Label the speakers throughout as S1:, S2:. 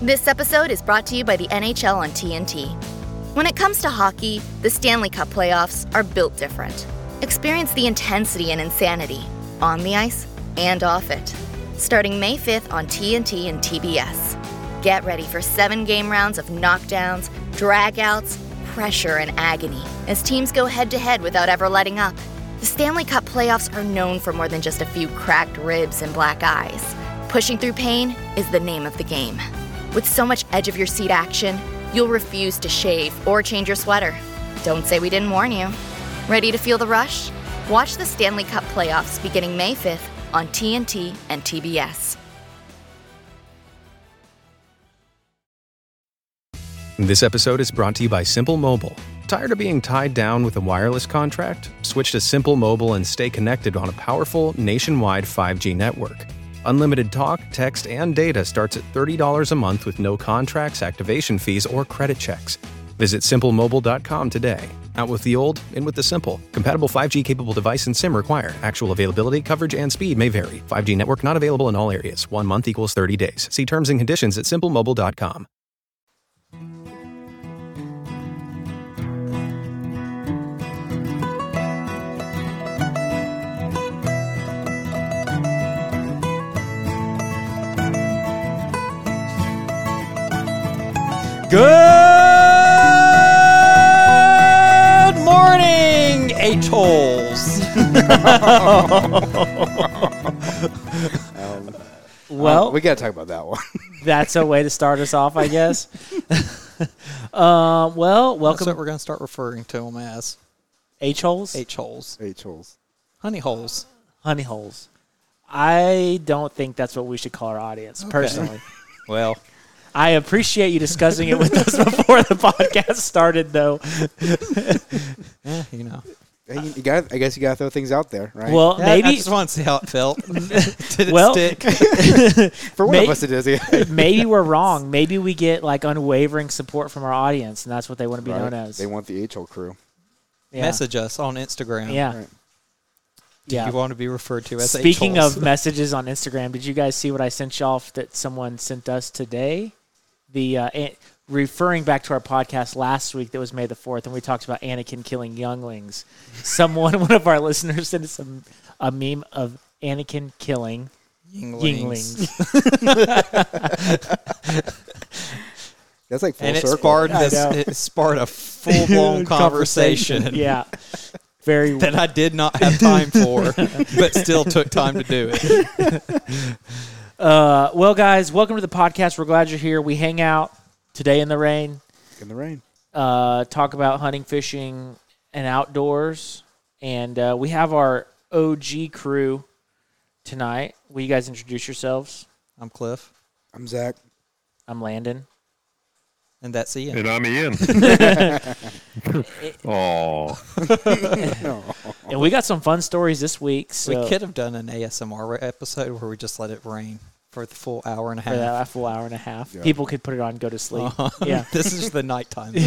S1: This episode is brought to you by the NHL on TNT. When it comes to hockey, the Stanley Cup playoffs are built different. Experience the intensity and insanity on the ice and off it. Starting May 5th on TNT and TBS. Get ready for seven game rounds of knockdowns, dragouts, pressure, and agony as teams go head to head without ever letting up. The Stanley Cup playoffs are known for more than just a few cracked ribs and black eyes. Pushing through pain is the name of the game. With so much edge of your seat action, you'll refuse to shave or change your sweater. Don't say we didn't warn you. Ready to feel the rush? Watch the Stanley Cup playoffs beginning May 5th on TNT and TBS.
S2: This episode is brought to you by Simple Mobile. Tired of being tied down with a wireless contract? Switch to Simple Mobile and stay connected on a powerful nationwide 5G network. Unlimited talk, text, and data starts at $30 a month with no contracts, activation fees, or credit checks. Visit simplemobile.com today. Out with the old, in with the simple. Compatible 5G capable device and SIM require. Actual availability, coverage, and speed may vary. 5G network not available in all areas. One month equals 30 days. See terms and conditions at simplemobile.com.
S3: Good morning, atolls.
S4: Um,
S3: well,
S4: we got to talk about that one.
S3: that's a way to start us off, I guess. uh, well,
S5: That's what
S3: welcome,
S5: we're going to start referring to them as
S3: H holes,
S5: H holes,
S4: H holes.
S5: honey holes.
S3: honey holes. I don't think that's what we should call our audience, personally.
S5: Well,
S3: I appreciate you discussing it with us before the podcast started, though.
S5: eh, you know.
S4: You, got. I guess you got to throw things out there, right?
S3: Well,
S5: Yeah, I
S3: maybe,
S5: just want to see how it felt. Did it
S3: Well-
S5: stick?
S4: for one
S3: may-
S4: of us it is. Yeah.
S3: maybe we're wrong. Maybe we get like unwavering support from our audience, and that's what they want to be known as.
S4: They want the H hole crew.
S3: yeah.
S5: Message us on Instagram.
S3: Yeah.
S4: Right.
S3: Yeah.
S5: You want to be referred to as
S3: Speaking
S5: H-holes.
S3: of messages on Instagram, did you guys see what I sent y'all f- that someone sent us today? The uh, an- referring back to our podcast last week that was May the fourth, and we talked about Anakin killing younglings. Someone, one of our listeners, sent us a, m- a meme of Anakin killing
S5: Yinglings.
S3: younglings.
S4: That's like full
S5: And it
S4: circle.
S5: sparred,
S3: I
S5: this,
S3: know.
S5: it sparred a full blown conversation.
S3: yeah, very.
S5: That I did not have time for, but still took time to do it.
S3: Uh, well, guys, welcome to the podcast. We're glad you're here. We hang out today in the rain.
S4: in the rain.
S3: uh, talk about hunting, fishing, and outdoors. And uh, we have our OG crew tonight. Will you guys introduce yourselves?
S5: I'm Cliff,
S4: I'm Zach.
S3: I'm Landon.
S5: and that's Ian.
S6: And I'm Ian. Oh,
S3: And we got some fun stories this week. So
S5: we could have done an ASMR episode where we just let it rain for the full hour and a
S3: for
S5: half.
S3: that full hour and a half,
S4: Yeah.
S3: people could put it on, go to sleep. Yeah.
S5: this is the nighttime.
S4: Good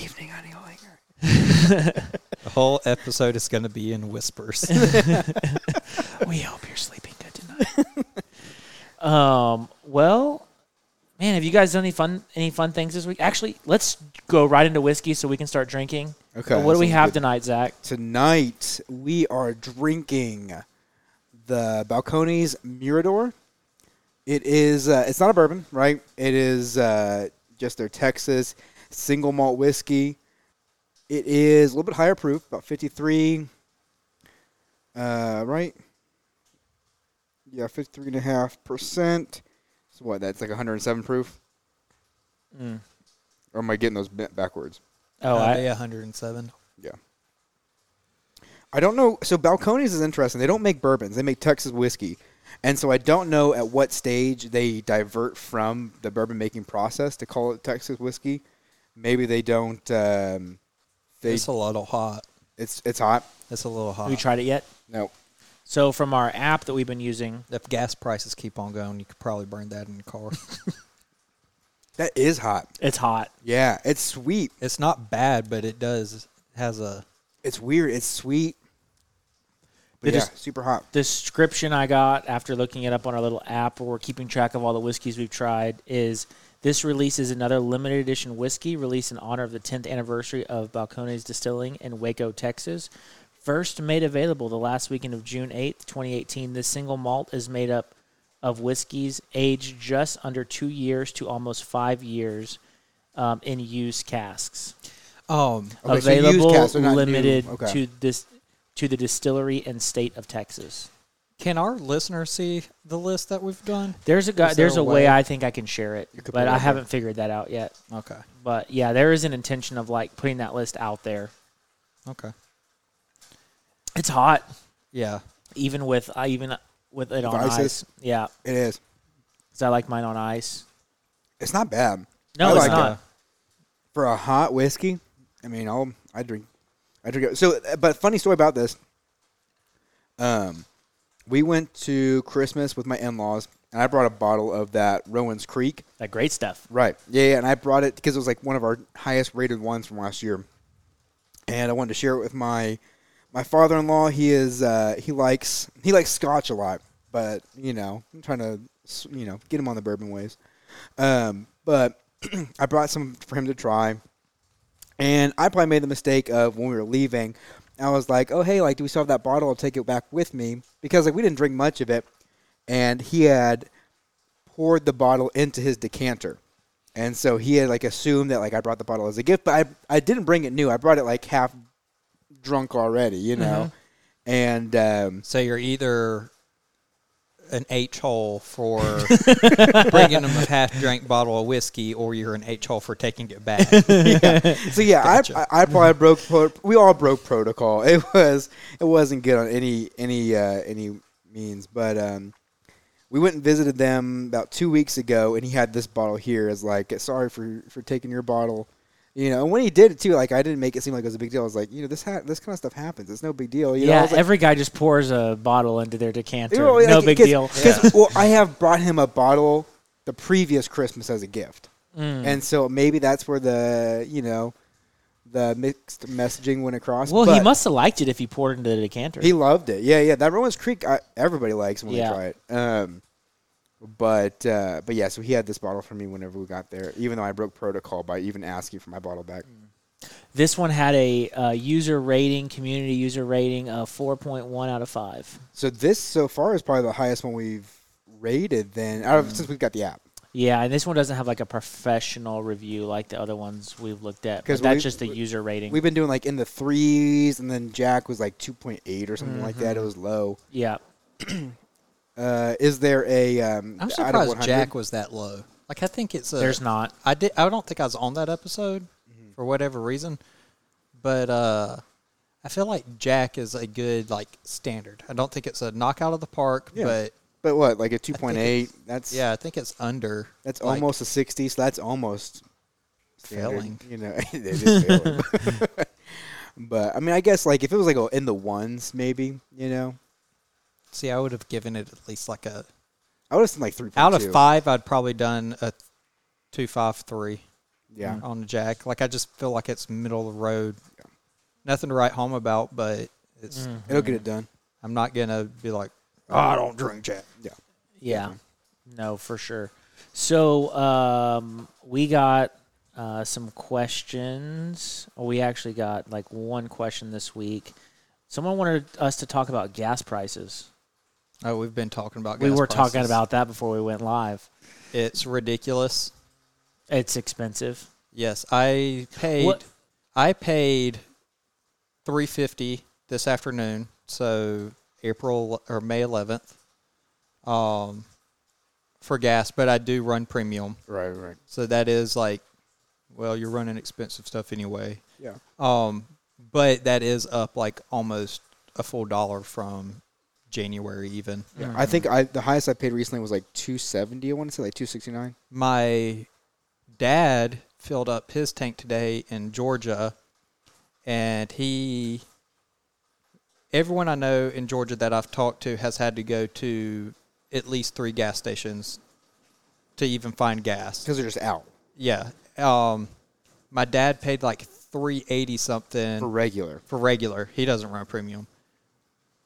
S4: evening, honey. Linger.
S5: The whole episode is going to be in whispers.
S3: we hope you're sleeping good tonight. um. Well, man, have you guys done any fun any fun things this week? Actually, let's go right into whiskey so we can start drinking.
S4: Okay,
S3: What do we
S4: sounds
S3: have
S4: good.
S3: tonight, Zach?
S4: Tonight we are drinking the Balcones Mirador. It is. Uh, it's not a bourbon, right? It is uh, just their Texas single malt whiskey. It is a little bit higher proof, about fifty-three. Uh, right. Yeah, fifty-three and a half percent. So what? That's like one hundred and seven proof. Or am I getting those bent backwards?
S3: Oh,
S5: Uh,
S3: I,
S5: day 107.
S4: Yeah. I don't know. So Balcones is interesting. They don't make bourbons. They make Texas whiskey. And so I don't know at what stage they divert from the bourbon making process to call it Texas whiskey. Maybe they don't. Um, they
S5: It's a little hot.
S4: it's it's hot.
S5: It's a little hot.
S3: have you tried it yet?
S4: No.
S3: So from our app that we've been using,
S5: if gas prices keep on going, you could probably burn that in your car.
S4: That is hot.
S3: it's hot.
S4: Yeah, it's sweet.
S5: it's not bad, but it does has a
S4: It's weird. It's sweet. But
S3: They
S4: yeah,
S3: just-
S4: super hot.
S3: description I got after looking it up on our little app where we're keeping track of all the whiskeys we've tried is this release is another limited edition whiskey released in honor of the 10th anniversary of Balcones Distilling in Waco, Texas. First made available the last weekend of June 8th, 2018, this single malt is made up of whiskeys aged just under two years to almost five years um, in used casks
S5: Um,
S4: Okay, so used
S3: available
S4: casks are not new.
S3: limited
S4: Okay.
S3: to this to the distillery and state of Texas.
S5: can our listeners see the list that we've done?
S3: There's a guy,
S5: Is there
S3: there's a
S5: a
S3: way?
S5: way?
S3: I think I can share it,
S4: could put
S3: but
S4: it up
S3: I
S4: there.
S3: haven't figured that out yet.
S5: Okay.
S3: But yeah, there is an intention of like putting that list out there.
S5: Okay.
S3: It's hot,
S5: Yeah.
S3: even with I even with it on
S4: ice
S3: ice.
S4: is-
S3: Yeah,
S4: It is.
S3: because I like mine on ice.
S4: It's not bad.
S3: No,
S4: I
S3: it's
S4: like
S3: not.
S4: it. for a hot whiskey. I mean, I'll I drink, I drink it. So, uh, but funny story about this. Um, we went to Christmas with my in-laws, and I brought a bottle of that Rowan's Creek.
S3: That great stuff.
S4: Right. Yeah, yeah, and I brought it because it was like one of our highest rated ones from last year, and I wanted to share it with my my father-in-law. He is uh, he likes he likes Scotch a lot, but you know I'm trying to s- you know get him on the bourbon ways. Um, but I brought some for him to try, and I probably made the mistake of when we were leaving, I was like, "Oh hey, like do we still have that bottle? I'll take it back with me because like we didn't drink much of it, and he had." poured the bottle into his decanter. And so he had like assumed that like I brought the bottle as a gift, but I I didn't bring it new. I brought it like half drunk already, you know. And um,
S5: So you're either an H hole for bringing them a half drank bottle of whiskey, or you're an H hole for taking it back.
S4: so yeah, I, I I probably broke pro- we all broke protocol. It was it wasn't good on any any uh, any means, but um, we went and visited them about two weeks ago, and he had this bottle here as like sorry for for taking your bottle. You know, and when he did it too, like I didn't make it seem like it was a big deal. I was like, you know, this ha- this kind of stuff happens. It's no big deal. You know, I
S3: yeah,
S4: was like,
S3: every guy just pours a bottle into their decanter.
S4: Well,
S3: no
S4: like,
S3: big
S4: 'cause-
S3: deal.
S4: 'cause, well, I have brought him a bottle the previous Christmas as a gift,
S3: Mm.
S4: and so maybe that's where the you know the mixed messaging went across.
S3: Well, he
S4: but
S3: must have liked it if he poured it into the decanter.
S4: He loved it. Yeah, yeah. That Rowan's Creek, I, everybody likes when
S3: Yeah.
S4: they try it. Um, but uh, but yeah, so he had this bottle for me whenever we got there, even though I broke protocol by even asking for my bottle back.
S3: Mm. This one had a uh, user rating, community user rating of 4.1 out of 5.
S4: So this so far is probably the highest one we've rated then out of
S3: Mm.
S4: since we've got the app.
S3: Yeah, and this one doesn't have like a professional review like the other ones we've looked at.
S4: 'Cause
S3: Because that's
S4: we-
S3: just the user rating.
S4: We've been doing like in the threes, and then Jack was like 2.8 or something like
S5: Mm-hmm.
S4: that. It was low.
S3: yeah.
S4: Uh, is there a? Um,
S5: I'm
S4: out of
S5: surprised
S4: 100?
S5: Jack was that low. Like I think it's a,
S3: There's not.
S5: I did. I don't think I was on that episode for whatever reason, but uh, I feel like Jack is a good like standard. I don't think it's a knockout of the park,
S4: Yeah.
S5: but
S4: But what, like a 2.8? That's yeah.
S5: yeah, I think it's under.
S4: That's
S5: like,
S4: almost a 60. So that's almost standard,
S5: failing.
S4: You know, it is failing. but I mean, I guess like if it was like a, in the ones, maybe you know,
S5: See, I would have given it at least like a
S4: I would have seen like three
S5: out of five. I'd probably done a two five three
S4: Yeah.
S5: on Jack. Like I just feel like it's middle of the road. Nothing to write home about, but it's.
S3: Mm.
S4: It'll get it done.
S5: I'm not gonna be like, oh, I don't drink Jack.
S4: Yeah.
S3: Yeah. No, for sure. So um, we got uh, some questions. We actually got like one question this week. Someone wanted us to talk about gas prices.
S5: Oh, we've been talking about.
S3: we
S5: gas
S3: were talking
S5: prices.
S3: about that before we went live.
S5: It's ridiculous.
S3: It's expensive.
S5: Yes, I paid.
S3: What-
S5: I paid three fifty this afternoon. So April or May eleventh, um, for gas. But I do run premium,
S4: Right. Right.
S5: so that is like, well, you're running expensive stuff anyway.
S4: Yeah.
S5: Um, but that is up like almost a full dollar from January even.
S4: Yeah. I think I the highest I paid recently was like 270. I want to say like 269.
S5: my dad filled up his tank today in Georgia, and he, everyone I know in Georgia that I've talked to has had to go to at least three gas stations to even find gas.
S4: Because they're just out
S5: Yeah, um, my dad paid like three eighty something
S4: for regular.
S5: for regular. He doesn't run premium.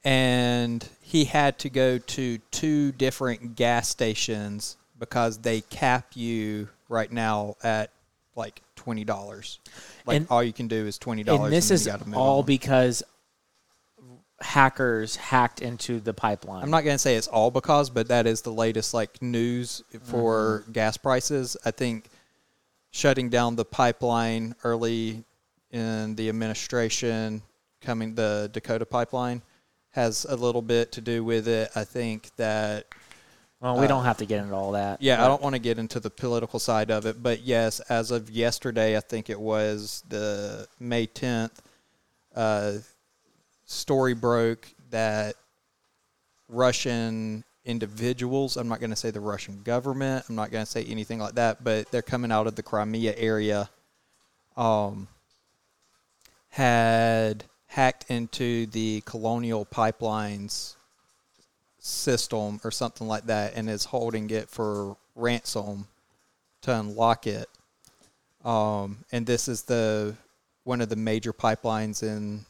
S5: and he had to go to two different gas stations because they cap you right now at like twenty dollars. Like
S3: And-
S5: all you can do is twenty dollars.
S3: and this is all because hackers hacked into the pipeline.
S5: I'm not going to say it's all because, but that is the latest like news for gas prices. I think shutting down the pipeline early in the administration, coming the Dakota pipeline, has a little bit to do with it. I think that
S3: well, we don't have to get into all that.
S5: yeah, I don't want to get into the political side of it, but yes, as of yesterday, I think it was the May 10th, uh, story broke that Russian individuals, I'm not going to say the Russian government, I'm not going to say anything like that, but they're coming out of the Crimea area, um, had hacked into the colonial pipelines system or something like that and is holding it for ransom to unlock it. Um, and this is the one of the major pipelines in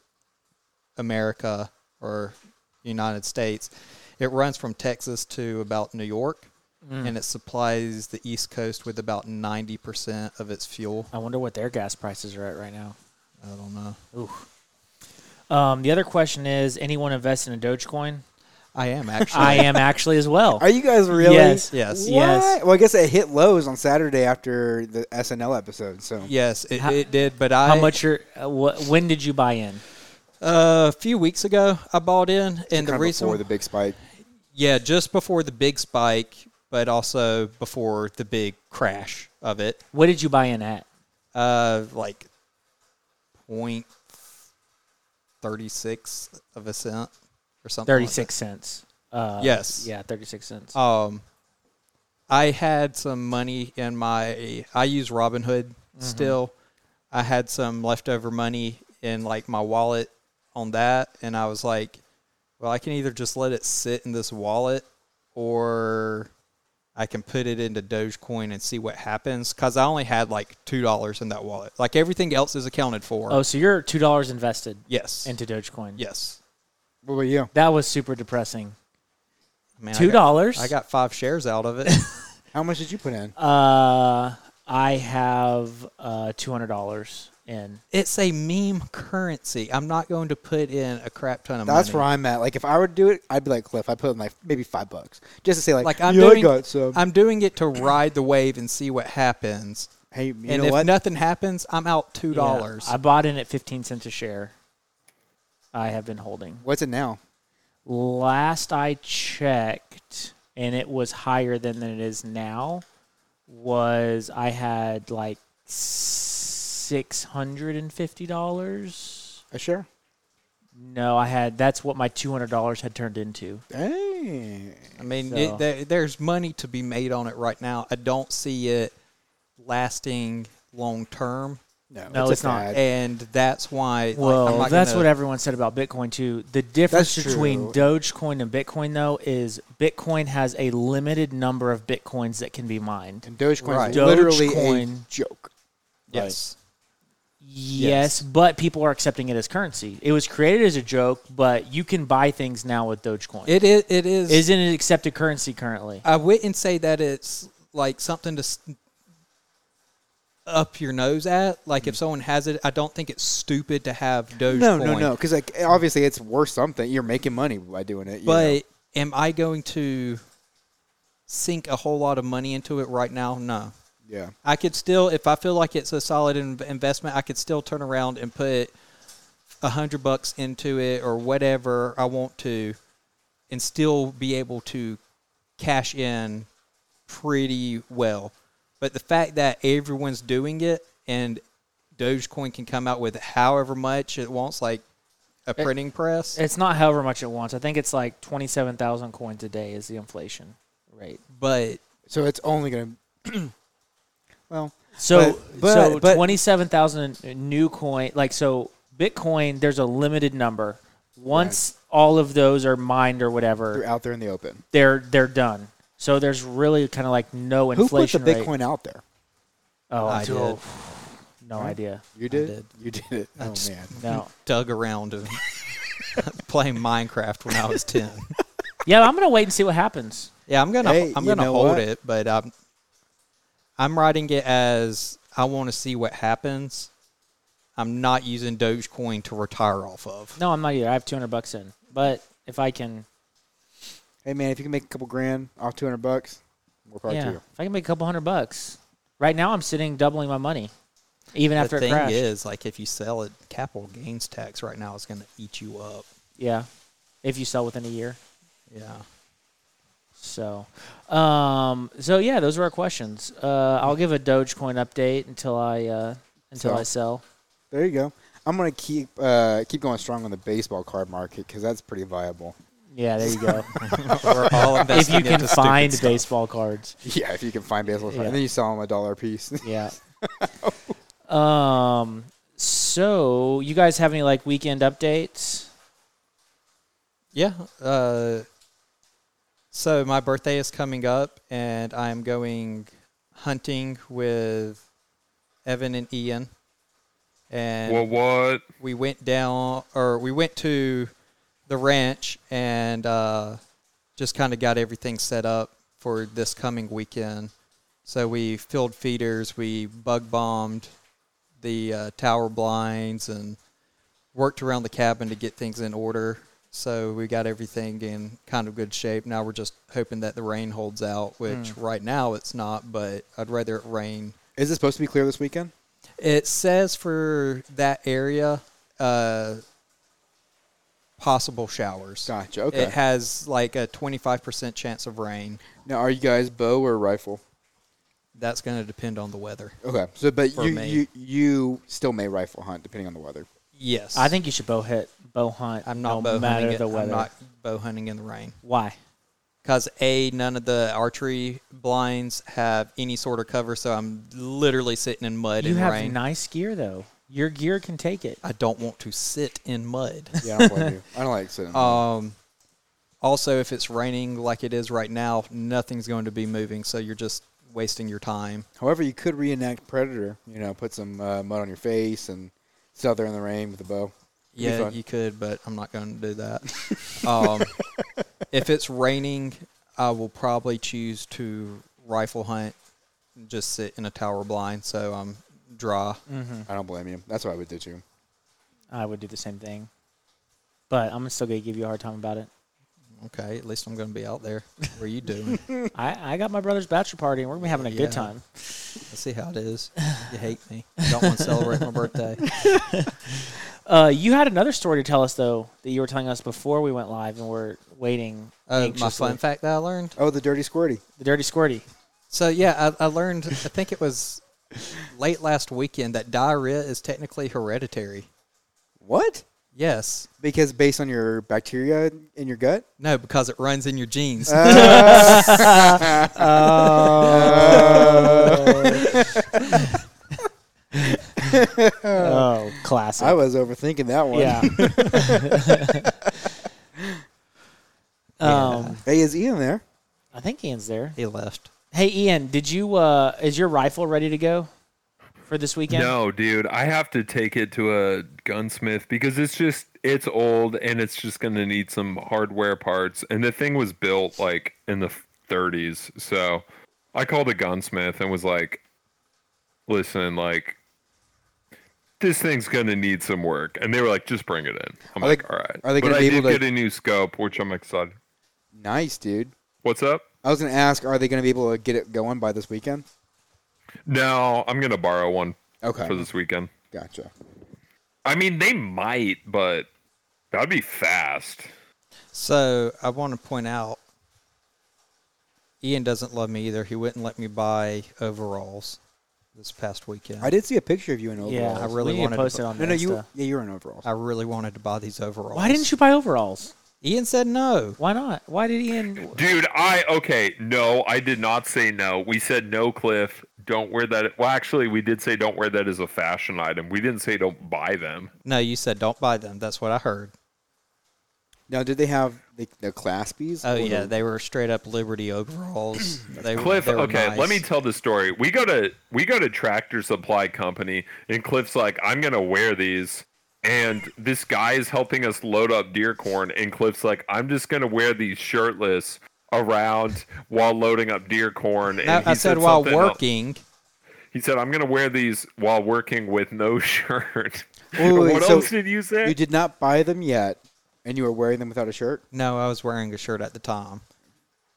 S5: America or United States. It runs from Texas to about New York and it supplies the East Coast with about 90% of its fuel.
S3: I wonder what their gas prices are at right now.
S5: I don't know.
S3: Um, the other question is: anyone invested in Dogecoin?
S5: I am actually.
S3: I am actually as well.
S4: Are you guys really?
S3: Yes.
S5: Yes.
S4: What?
S3: Yes.
S4: Well, I guess it hit lows on Saturday after the SNL episode. So
S5: Yes, it,
S3: How-
S5: it did, but I
S3: How much? Are, uh, wh- when did you buy in?
S5: Uh, a few weeks ago I bought in and
S4: kind
S5: the
S4: of
S5: reason
S4: before the big spike.
S5: Yeah, just before the big spike, but also before the big crash of it.
S3: What did you buy in at?
S5: Uh, like point thirty six of a cent or something. like
S3: Thirty six cents. Uh,
S5: Yes.
S3: Yeah, thirty six cents.
S5: that. Um, I had some money in my. I use Robinhood still. I had some leftover money in like my wallet on that, and I was like, well, I can either just let it sit in this wallet or I can put it into Dogecoin and see what happens. Cause I only had like $2 in that wallet. Like everything else is accounted for.
S3: oh, so you're two dollars invested
S5: yes.
S3: into Dogecoin.
S5: yes.
S4: What about you?
S3: That was super depressing.
S5: Man, I got-
S3: $2?
S5: I got five shares out of it.
S4: How much did you put in?
S3: Uh, I have uh, two hundred dollars in.
S5: it's a meme currency. I'm not going to put in a crap ton of money.
S4: That's where I'm at. Like if I were to do it, I'd be like Cliff. I put in like maybe five bucks just to say like,
S5: Like I'm
S4: yeah,
S5: doing,
S4: I got some.
S5: I'm doing it to ride the wave and see what happens.
S4: hey, you
S5: and
S4: know
S5: if
S4: what?
S5: nothing happens, I'm out two
S3: Yeah,
S5: dollars.
S3: I bought in at fifteen cents a share. I have been holding.
S4: What's it now?
S3: Last I checked, and it was higher than, than it is now. Was I had like six hundred and fifty dollars?
S4: A share?
S3: No, I had. That's what my two hundred dollars had turned into.
S4: Hey.
S5: I mean,
S3: So-
S5: it, there, there's money to be made on it right now. I don't see it lasting long term,
S4: No,
S3: No,
S4: a
S3: it's not.
S4: fad.
S5: and that's why. like, I'm
S3: Well,
S5: not
S3: that's
S5: gonna-
S3: what everyone said about Bitcoin too. The difference
S4: That's
S3: between
S4: true.
S3: Dogecoin and Bitcoin though is Bitcoin has a limited number of bitcoins that can be mined.
S4: And Dogecoin
S5: Right.
S4: is literally a
S3: Dogecoin.
S4: joke.
S5: Yes,
S3: Yes, but people are accepting it as currency. It was created as a joke, but you can buy things now with Dogecoin.
S5: it is. It is.
S3: Isn't it accepted currency currently?
S5: I wouldn't say that it's like something to s- up your nose at. Like
S3: Mm.
S5: if someone has it, I don't think it's stupid to have Dogecoin.
S4: No, no, no. Because like obviously it's worth something. You're making money by doing it. you know.
S5: But am I going to sink a whole lot of money into it right now? No.
S4: yeah,
S5: I could still, if I feel like it's a solid in- investment, I could still turn around and put a hundred bucks into it or whatever I want to, and still be able to cash in pretty well. But the fact that everyone's doing it and Dogecoin can come out with however much it wants, like a printing press,
S3: It's not however much it wants. I think it's like 27,000 coins a day is the inflation rate.
S5: but
S4: so it's only gonna. well,
S3: So,
S4: But- but-
S3: so
S4: but-
S3: twenty-seven thousand new coin, like so, Bitcoin. There's a limited number. Once all of those are mined or
S4: they're
S3: whatever,
S4: out there in the open.
S3: they're they're done. So there's really kind of like no
S4: Who put the
S3: inflation rate.
S4: Bitcoin out there?
S3: Oh,
S5: I
S3: do-
S5: did.
S3: No idea.
S4: You did.
S5: did.
S4: You did it. Oh
S5: just-
S4: man.
S3: No.
S5: dug around and playing Minecraft when I was ten.
S3: Yeah, I'm gonna wait and see what happens.
S5: Yeah, I'm gonna
S4: Hey,
S5: I'm
S4: you
S5: gonna
S4: know
S5: hold
S4: what?
S5: it, but I'm I'm writing it as I want to see what happens. I'm not using Dogecoin to retire off of.
S3: No, I'm not either. I have 200 bucks in, but if I can,
S4: Hey man, if you can make a couple grand off two hundred bucks, more power
S3: yeah,
S4: to you.
S3: if I can make a couple hundred bucks, right now I'm sitting doubling my money, even after
S5: the thing
S3: it crashed.
S5: is, like, if you sell it, capital gains tax right now is going to eat you up.
S3: Yeah, if you sell within a year.
S5: Yeah.
S3: So, um, so yeah, those are our questions. Uh, I'll give a Dogecoin update until I uh, until
S4: Sell.
S3: I sell.
S4: There you go. I'm gonna keep uh, keep going strong on the baseball card market because that's pretty viable.
S3: Yeah, there you go.
S5: We're all
S3: if
S5: investing
S3: you can
S5: into stupid
S3: find
S5: stuff.
S3: baseball cards.
S4: Yeah, if you can find baseball, cards.
S3: Yeah.
S4: and then you sell them a dollar a piece.
S3: Yeah. um. So, you guys have any like weekend updates?
S5: Yeah. Uh, so my birthday is coming up, and I am going hunting with Evan and Ian. And
S6: Well, what?
S5: we went down, or we went to the ranch, and uh, just kind of got everything set up for this coming weekend. So we filled feeders, we bug bombed the uh, tower blinds, and worked around the cabin to get things in order. So we got everything in kind of good shape. Now we're just hoping that the rain holds out, which
S4: Hmm.
S5: right now it's not, but I'd rather it rain.
S4: Is it supposed to be clear this weekend?
S5: It says for that area, uh, possible showers.
S4: Gotcha. Okay.
S5: It has like a 25% chance of rain.
S4: now, are you guys bow or rifle?
S5: That's going to depend on the weather.
S4: Okay. So, but
S5: For
S4: you,
S5: me.
S4: you you still may rifle hunt depending on the weather.
S5: Yes.
S3: I think you should bow hit, bow hunt.
S5: I'm not
S3: no
S5: bow
S3: matter
S5: hunting.
S3: the
S5: it-
S3: weather.
S5: I'm not bow hunting in the rain.
S3: Why?
S5: Because A, none of the archery blinds have any sort of cover, so I'm literally sitting in mud
S3: You
S5: and
S3: have
S5: rain.
S3: nice gear though. Your gear can take it.
S5: I don't want to sit in mud.
S4: Yeah, I don't blame you. I don't like sitting.
S5: um, also, if it's raining like it is right now, nothing's going to be moving, so you're just wasting your time.
S4: However, you could reenact Predator. You know, put some uh, mud on your face and sit out there in the rain with a bow. Could be
S5: Yeah,
S4: fun.
S5: you could, but I'm not going to do that. um, if it's raining, I will probably choose to rifle hunt, and just sit in a tower blind, so I'm dry.
S4: I don't blame you. That's what I would do too.
S3: I would do the same thing. But I'm still gonna give you a hard time about it.
S5: Okay, at least I'm going to be out there. What are you doing?
S3: I, I got my brother's bachelor party and we're gonna be having a
S5: Yeah.
S3: good time.
S5: I see how it is. You hate me. You don't want to celebrate my birthday.
S3: Uh, you had another story to tell us though that you were telling us before we went live and we're waiting.
S5: Oh, my
S3: anxiously.
S5: fun fact that I learned.
S4: Oh, the dirty squirty.
S3: The dirty squirty.
S5: So yeah, I, I learned. I think it was late last weekend that diarrhea is technically hereditary.
S4: What?
S5: Yes.
S4: Because based on your bacteria in your gut.
S5: No, because it runs in your genes.
S3: Uh. oh, classic.
S4: I was overthinking that one.
S3: yeah. um,
S4: Hey, is Ian there?
S3: I think Ian's there.
S5: he left.
S3: Hey, Ian, did you? Uh, is your rifle ready to go for this weekend?
S6: No, dude, I have to take it to a gunsmith because it's just it's old and it's just going to need some hardware parts. And the thing was built like in the 30s, so I called a gunsmith and was like, "Listen, like." This thing's gonna need some work, and they were like, "Just bring it in." I'm
S4: Are they-
S6: like, "All right."
S4: are they
S6: but
S4: gonna
S6: I
S4: be
S6: did
S4: able to-
S6: get a new scope, which I'm excited.
S4: Nice, dude.
S6: What's up?
S4: I was going to ask, are they going to be able to get it going by this weekend?
S6: No, I'm gonna borrow one
S4: Okay.
S6: for this weekend.
S4: Gotcha.
S6: I mean, they might, but that'd be fast.
S5: So I want to point out, Ian doesn't love me either. He wouldn't let me buy overalls this past weekend.
S4: I did see a picture of you in overalls.
S3: Yeah,
S5: I really
S3: we need to
S5: wanted to
S3: post
S5: put-
S3: it on
S4: No,
S3: the
S4: no, you.
S3: Insta.
S4: Yeah, you were in overalls.
S5: I really wanted to buy these overalls.
S3: Why didn't you buy overalls?
S5: Ian said no.
S3: Why not? Why did Ian?
S6: Dude, I okay, no, I did not say no. We said no, Cliff. Don't wear that. Well, actually, we did say don't wear that as a fashion item. We didn't say don't buy them.
S5: No, you said don't buy them. That's what I heard.
S4: Now, did they have the, the Claspies?
S5: Oh
S4: Or
S5: yeah,
S4: the-
S5: they were straight up Liberty overalls. they, were-
S6: Cliff,
S5: they were
S6: okay,
S5: nice.
S6: let me tell the story. We go to we go to Tractor Supply Company, and Cliff's like, "I'm gonna wear these," and this guy is helping us load up deer corn and cliff's like i'm just gonna wear these shirtless around while loading up deer corn and
S5: I,
S6: he
S5: I said while
S6: something else.
S5: working.
S6: he said i'm gonna wear these while working with no shirt
S4: Wait, wait,
S6: what
S4: so
S6: else did you say
S4: You did not buy them yet, and you were wearing them without a shirt.
S5: No, I was wearing a shirt at the time.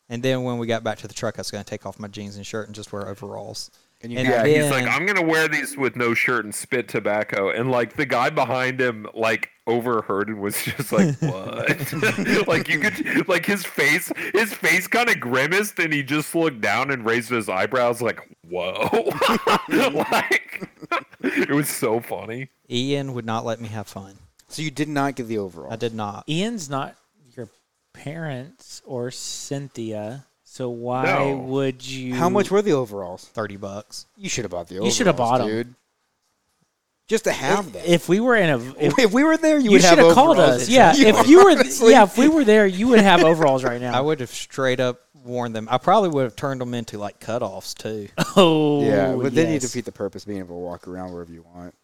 S5: And then when we got back to the truck, I was going to take off my jeans and shirt and just wear overalls.
S4: And you
S6: yeah, he's like,
S5: then-
S6: I'm gonna wear these with no shirt and spit tobacco, and like the guy behind him, like overheard and was just like, what? like you could, like his face, his face kind of grimaced, and he just looked down and raised his eyebrows, like, whoa, like it was so funny.
S5: Ian would not let me have fun.
S4: So you did not get the overall.
S5: I did
S4: E
S5: not.
S3: Ian's not your parents or Cynthia, so why
S6: No.
S3: would you?
S4: How much were the overalls?
S5: 30 bucks.
S4: You should have bought the overalls.
S3: You should have bought 'em.
S4: dude. Just to have them.
S3: If we were in a, if,
S4: If, we were there, you,
S3: you
S4: would
S3: should
S4: have
S3: have called
S4: overalls.
S3: us. Yeah, if you were, yeah, if we were there, you would have overalls right
S5: I
S3: now.
S5: would have straight up worn them. I probably would have turned them into like cutoffs too.
S3: Oh,
S4: Yeah, but then you
S3: yes.
S4: defeat the purpose of being able to walk around wherever you want.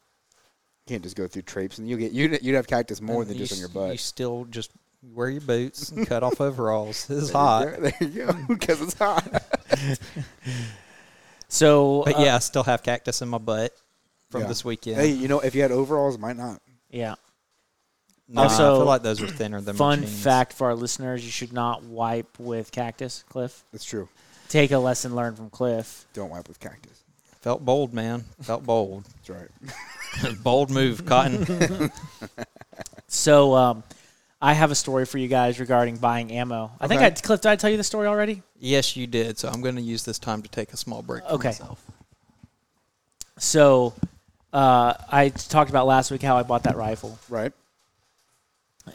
S4: You can't just go through traipse, and you get you'd, you'd have cactus more than
S5: You
S4: just on
S5: s-
S4: your
S5: You
S4: butt.
S5: still just wear your boots and cut off overalls. This is
S4: There,
S5: hot.
S4: there you go, because it's hot.
S3: So
S5: But
S3: uh,
S5: yeah, I still have cactus in my butt from
S4: Yeah.
S5: this weekend.
S4: Hey, you know, if you had overalls, might not.
S3: yeah.
S5: Nah, I
S3: also,
S5: feel like those are thinner than my
S3: Fun
S5: jeans.
S3: fact for our listeners: you should not wipe with cactus. Cliff,
S4: That's true.
S3: take a lesson learned from Cliff.
S4: Don't wipe with cactus.
S5: Felt bold, man. Felt bold.
S4: That's right.
S5: bold move, Cotton.
S3: So, um, I have a story for you guys regarding buying ammo. I think I,
S4: Okay.
S3: Cliff, did I tell you the story already?
S5: Yes, you did. So I'm going to use this time to take a small break. For
S3: Okay.
S5: Myself.
S3: So, uh, I talked about last week how I bought that rifle.
S4: Right.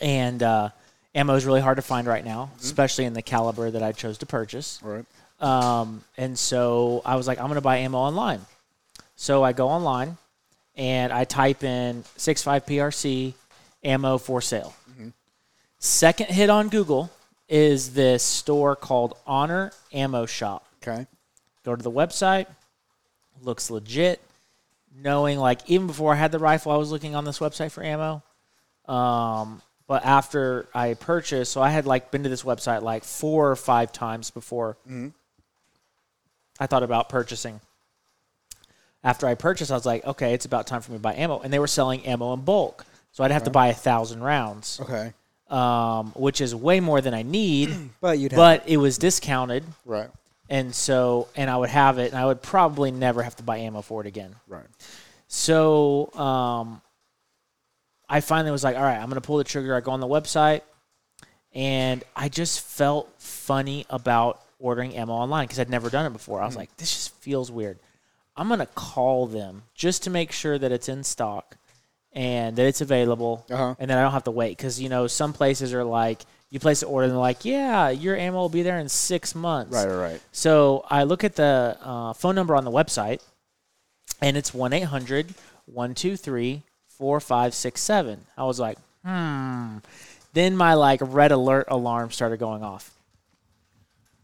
S3: and uh, ammo is really hard to find right now, especially in the caliber that I chose to purchase.
S4: Right.
S3: Um, and so I was like, I'm going to buy ammo online. So I go online and I type in 65 PRC ammo for sale. Second hit on Google is this store called Honor Ammo Shop
S4: Okay.
S3: go to the website looks legit knowing like even before i had the rifle i was looking on this website for ammo um, but after i purchased so i had like been to this website like four or five times before
S4: Mm-hmm.
S3: i thought about purchasing after i purchased i was like okay it's about time for me to buy ammo and they were selling ammo in bulk so i'd have to buy a thousand rounds
S4: Okay.
S3: um, which is way more than i need
S4: But you'd have
S3: but it was discounted
S4: right.
S3: and so and I would have it, and I would probably never have to buy ammo for it again.
S4: Right.
S3: So um, I finally was like, all right, I'm gonna pull the trigger. I go on the website, and I just felt funny about ordering ammo online because I'd never done it before. I
S4: Hmm.
S3: was like, this just feels weird. I'm gonna call them just to make sure that it's in stock and that it's available,
S4: Uh-huh.
S3: and then I don't have to wait because you know some places are like. You place an order and they're like, "Yeah, your ammo will be there in six months."
S4: Right. Right.
S3: So I look at the uh, phone number on the website, and it's 1 800 123 4567. I was like, hmm. Then my like red alert alarm started going off.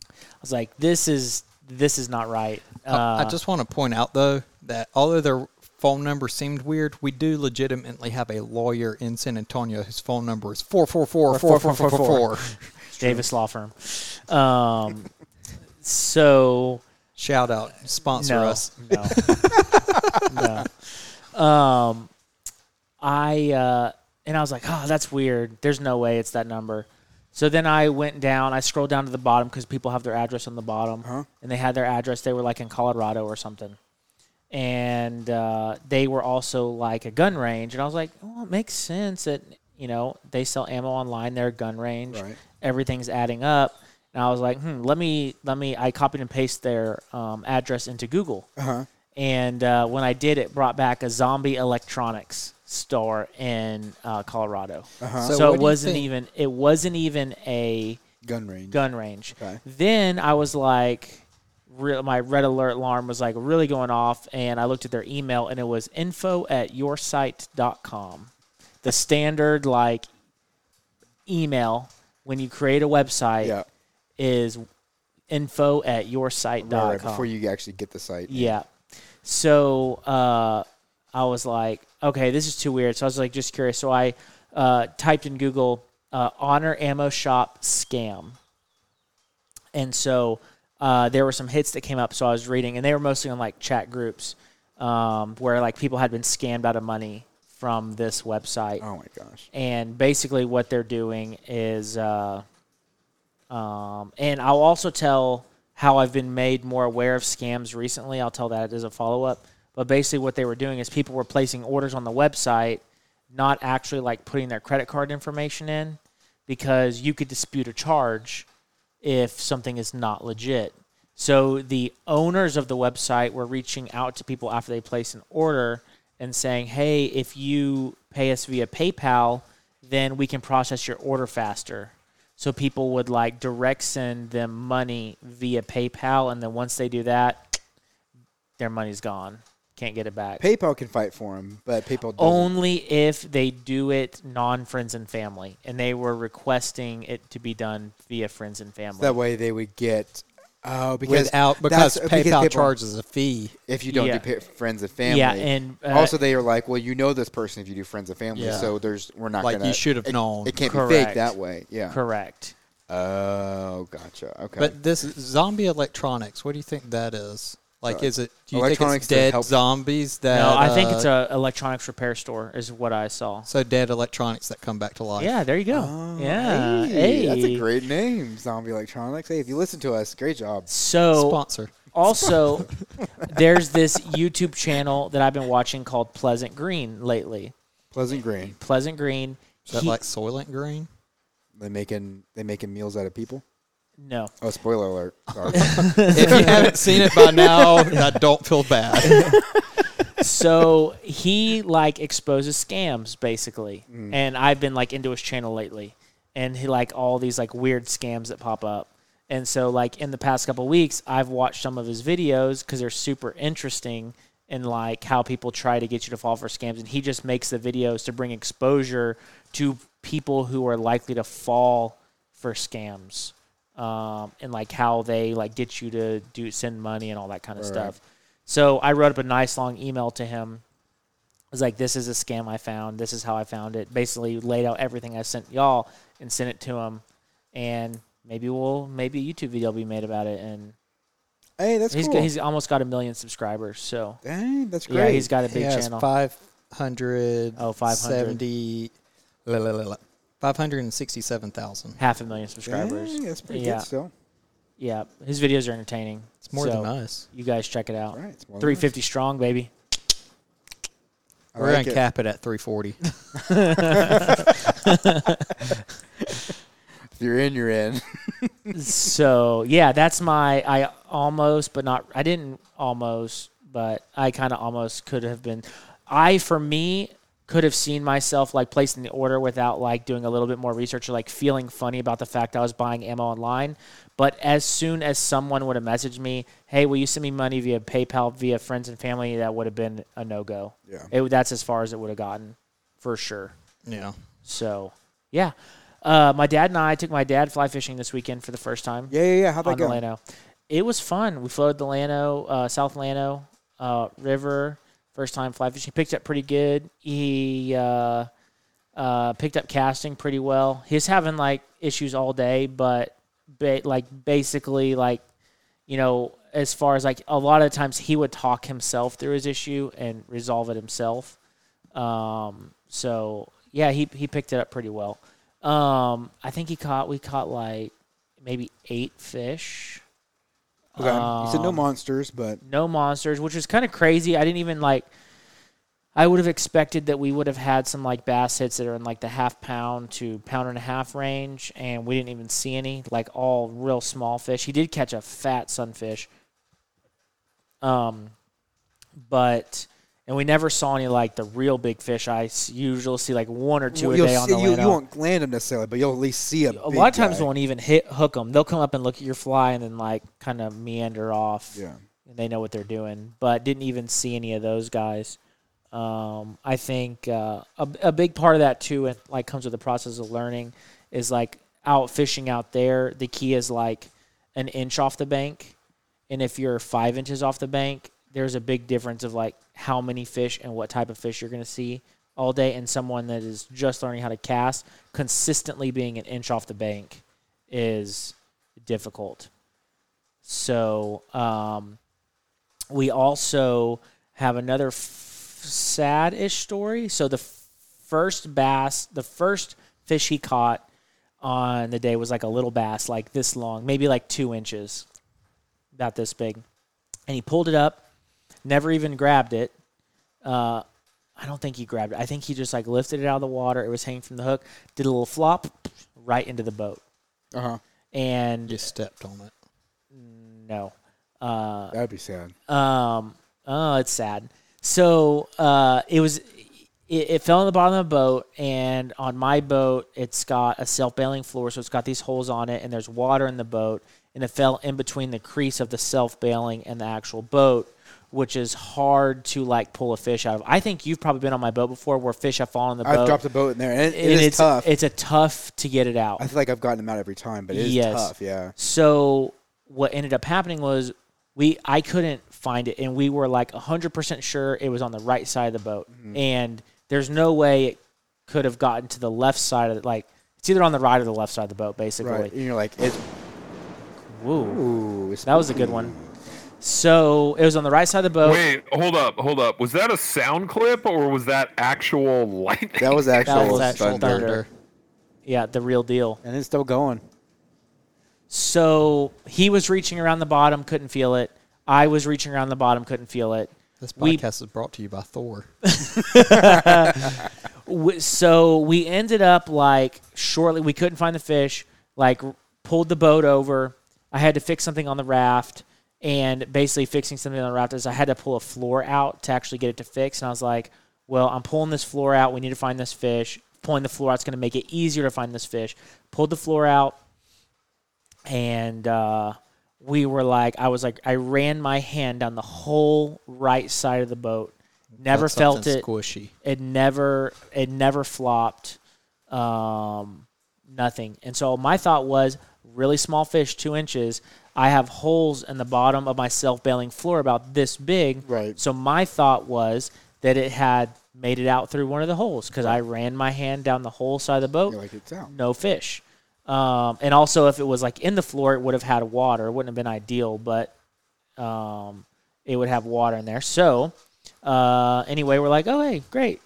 S3: I was like, this is this is not right. Uh,
S5: I just want to point out though that although their phone number seemed weird, we do legitimately have a lawyer in San Antonio whose phone number is four four four four Uh, four four four.
S3: Davis Law Firm. Um, so
S5: Shout out, sponsor
S3: no,
S5: us.
S3: No. no. Um, I uh, and I was like, oh, that's weird. There's no way it's that number. So then I went down. I scrolled down to the bottom because people have their address on the bottom, and they had their address. They were like in Colorado or something, and uh, they were also like a gun range. And I was like, well, it makes sense that you know they sell ammo online. They're a gun range.
S4: Right.
S3: Everything's adding up. And I was like, hmm, let me let me. I copied and pasted their um, address into Google.
S4: Uh-huh.
S3: And uh, when I did, it brought back a zombie electronics store in uh, Colorado. So,
S4: Uh-huh.
S5: So what do
S3: it
S5: you
S3: wasn't
S5: think?
S3: even it wasn't even a
S4: Gun range.
S3: gun range.
S4: Okay.
S3: Then I was like, re- my red alert alarm was like really going off, and I looked at their email, and it was info at yoursite.com. The standard like email when you create a website
S4: Yeah.
S3: is info at yoursite.com.
S4: Right, right, Before you actually get the site.
S3: Yeah. So uh, I was like, okay, this is too weird. So I was like, just curious. So I uh, typed in Google uh, honor ammo shop scam, and so uh, there were some hits that came up. So I was reading, and they were mostly on like chat groups um, where like people had been scammed out of money from this website.
S4: Oh my gosh.
S3: And basically, what they're doing is, uh, um, and I'll also tell how I've been made more aware of scams recently. I'll tell that as a follow up. But basically, what they were doing is people were placing orders on the website, not actually like putting their credit card information in, because you could dispute a charge if something is not legit. So the owners of the website were reaching out to people after they place an order and saying, "Hey, if you pay us via PayPal, then we can process your order faster." So people would like direct send them money via PayPal, and then once they do that, their money's gone. Can't get it back.
S4: PayPal can fight for him, but PayPal doesn't.
S3: Only if they do it non friends and family, and they were requesting it to be done via friends and family.
S4: that way they would get. Oh, because
S5: without
S4: that's-
S5: because PayPal charges a fee.
S4: if you don't
S3: Yeah.
S4: do pa- friends and family.
S3: Yeah, and, uh,
S4: also they are like, well, you know this person if you do friends and family,
S5: Yeah.
S4: so there's we're not
S5: Like,
S4: gonna,
S5: you should have
S4: it-
S5: known.
S4: It can't be fake
S3: Correct.
S4: that way. Yeah.
S3: Correct.
S4: Oh, gotcha. Okay.
S5: But this is zombie electronics, what do you think that is? Like, is it do you think
S4: electronics
S5: it's
S4: to
S5: dead
S4: help-
S5: zombies that?
S3: No, I think
S5: uh,
S3: it's a electronics repair store is what I saw.
S5: so dead electronics that come back to life.
S3: Yeah, there you go.
S4: Oh,
S3: yeah,
S4: hey, that's a
S3: uh, hey.
S4: great name, Zombie Electronics. Hey, if you listen to us, great job.
S3: So
S5: sponsor.
S3: also, there's this YouTube channel that I've been watching called Pleasant Green lately.
S4: Pleasant Green.
S3: Pleasant Green.
S5: Is that
S3: he-
S5: like Soylent Green?
S4: They making they making meals out of people.
S3: no.
S4: Oh, spoiler alert! Sorry.
S5: if you haven't seen it by now, I don't feel bad.
S3: so he like exposes scams basically and i've been like into his channel lately and he like all these like weird scams that pop up and so like in the past couple weeks i've watched some of his videos because they're super interesting and like how people try to get you to fall for scams and he just makes the videos to bring exposure to people who are likely to fall for scams um, and like how they like get you to do send money and all that kind of stuff so I wrote up a nice long email to him. I was like, "This is a scam I found. This is how I found it." Basically, laid out everything I sent y'all and sent it to him, and maybe we'll maybe a YouTube video will be made about it. And
S4: hey, that's
S3: he's
S4: cool.
S3: he's almost got a million subscribers, so
S4: Dang, that's great.
S3: yeah, he's got a
S5: He
S3: big
S5: has
S3: channel.
S5: five hundred
S3: Oh, 500.
S5: 567,000.
S3: half a million
S4: Dang,
S3: subscribers.
S4: that's pretty
S3: Yeah.
S4: good still.
S3: Yeah, his videos are entertaining.
S5: It's more
S3: so
S5: than us.
S3: You guys check it out.
S4: All right, it's more than
S3: Three fifty strong, baby.
S4: I
S5: We're
S4: like
S5: gonna
S4: it.
S5: cap it at 340.
S4: If you're in, you're in.
S3: so yeah, that's my I almost but not I didn't almost, but I kind of almost could have been. I for me could have seen myself like placing the order without like doing a little bit more research or like feeling funny about the fact I was buying ammo online. But as soon as someone would have messaged me, "Hey, will you send me money via PayPal via friends and family?" That would have been a no go.
S4: Yeah.
S3: it, that's as far as it would have gotten, for sure.
S5: yeah.
S3: So yeah, uh, my dad and I took my dad fly fishing this weekend for the first time
S4: Yeah, yeah, yeah. How'd that
S3: on the
S4: go?
S3: Lano. It was fun. We floated the Lano, uh, South Lano uh, River. First time fly fishing. He picked up pretty good. He uh, uh, picked up casting pretty well. He's having like issues all day, but ba- like basically like you know as far as like a lot of times he would talk himself through his issue and resolve it himself. Um, so yeah, he he picked it up pretty well. Um, I think he caught we caught like maybe eight fish.
S4: Okay. you said no
S3: Um,
S4: monsters, but
S3: no monsters, which was kind of crazy. I didn't even like. I would have expected that we would have had some like bass hits that are in like the half pound to pound and a half range, and we didn't even see any. Like all real small fish. He did catch a fat sunfish. Um, but and we never saw any like the real big fish. I s- usually see like one or two
S4: Well,
S3: a
S4: you'll
S3: day on
S4: see-
S3: the
S4: you,
S3: Lano
S4: you won't land them necessarily, but you'll at least see a.
S3: a
S4: big
S3: lot of times
S4: guy.
S3: they won't even hit hook them. They'll come up and look at your fly and then like kind of meander off.
S4: Yeah.
S3: and they know what they're doing, but didn't even see any of those guys. Um, I think uh, a, a big part of that too, and like comes with the process of learning, is like out fishing out there. The key is like an inch off the bank, and if you're five inches off the bank, there's a big difference of like how many fish and what type of fish you're going to see all day and someone that is just learning how to cast consistently being an inch off the bank is difficult so um, we also have another f- sad-ish story so the f- first bass the first fish he caught on the day was like a little bass like this long maybe like two inches about this big and he pulled it up, never even grabbed it. Uh, I don't think he grabbed it. I think he just like lifted it out of the water. It was hanging from the hook, did a little flop right into the boat.
S4: Uh huh.
S3: And
S5: Just stepped on it.
S3: no, uh,
S4: That'd be sad.
S3: um, oh, it's sad. So uh, it was. It, it fell in the bottom of the boat, and on my boat, it's got a self bailing floor, so it's got these holes on it, and there's water in the boat, and it fell in between the crease of the self bailing and the actual boat, which is hard to like pull a fish out of. I think you've probably been on my boat before, where fish have fallen in the
S4: I've
S3: boat.
S4: dropped a boat in there, and it, it
S3: and
S4: is
S3: it's
S4: tough.
S3: It's a tough to get it out.
S4: I feel like I've gotten them out every time, but it is
S3: Yes.
S4: tough. Yeah.
S3: So what ended up happening was we I couldn't find it, and we were like hundred percent sure it was on the right side of the boat,
S4: Mm-hmm.
S3: and there's no way it could have gotten to the left side of it. Like it's either on the right or the left side of the boat, basically.
S4: Right. And you're like, it's,
S3: Woo,
S4: ooh, it's
S3: that was a good one. So it was on the right side of the
S4: Oh.
S3: boat.
S6: Wait, hold up, hold up. Was that a sound clip or was that actual lightning?
S4: That was actual,
S3: that was actual
S4: thunder.
S3: thunder. Yeah, the real deal.
S4: and it's still going.
S3: So he was reaching around the bottom, couldn't feel it. I was reaching around the bottom, couldn't feel it.
S5: This podcast
S3: We-
S5: is brought to you by Thor.
S3: w- so we ended up like shortly we couldn't find the fish like pulled the boat over i had to fix something on the raft and basically fixing something on the raft is i had to pull a floor out to actually get it to fix and i was like well i'm pulling this floor out we need to find this fish pulling the floor out's going to make it easier to find this fish pulled the floor out and uh, we were like, I was like, I ran my hand down the whole right side of the boat. Never
S5: Got
S3: felt
S5: something
S3: it.
S5: Squishy.
S3: It never, it never flopped. Um, nothing. And so my thought was, really small fish, two inches. I have holes in the bottom of my self bailing floor about this big.
S4: Right.
S3: So my thought was that it had made it out through one of the holes because I ran my hand down the whole side of the boat
S4: You're like, it's out.
S3: no fish. Um, and also, if it was like in the floor, it would have had water. It wouldn't have been ideal, but um, it would have water in there. So, uh, anyway, we're like, oh, hey, great.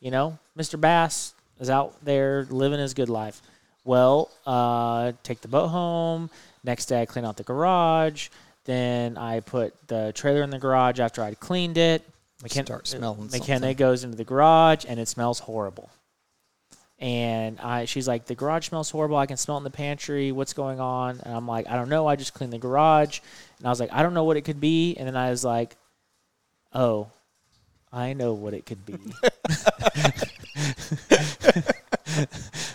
S3: You know, Mr. Bass is out there living his good life. Well, uh, take the boat home. Next day, I clean out the garage. Then I put the trailer in the garage after I'd cleaned it. McKen-
S5: Start smelling
S3: McKenna
S5: something.
S3: goes into the garage and it smells horrible and I she's like, the garage smells horrible. I can smell it in the pantry. What's going on? And I'm like, I don't know. I just cleaned the garage, and I was like, I don't know what it could be. And then I was like, oh, I know what it could be.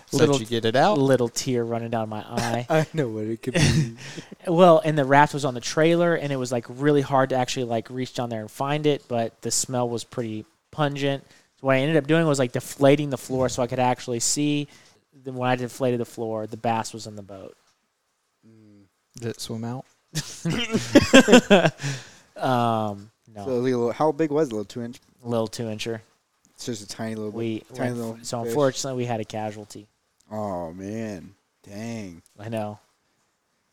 S5: So
S3: Little-
S5: did you get it
S3: A
S5: out?
S3: little tear running down my eye.
S4: Oh. I know what it could be.
S3: Well, and the raft was on the trailer, and it was like really hard to actually like reach down there and find it, but the smell was pretty pungent. So what I ended up doing was like deflating the floor so I could actually see. Then when I deflated the floor, the bass was in the boat.
S5: Did it swim out?
S3: Um, no,
S4: so it was like a little, how big was the little two inch?
S3: little two incher.
S4: It's just a tiny little.
S3: We
S4: tiny
S3: went-
S4: little.
S3: so
S4: fish.
S3: unfortunately we had a casualty.
S4: Oh man, dang,
S3: I know.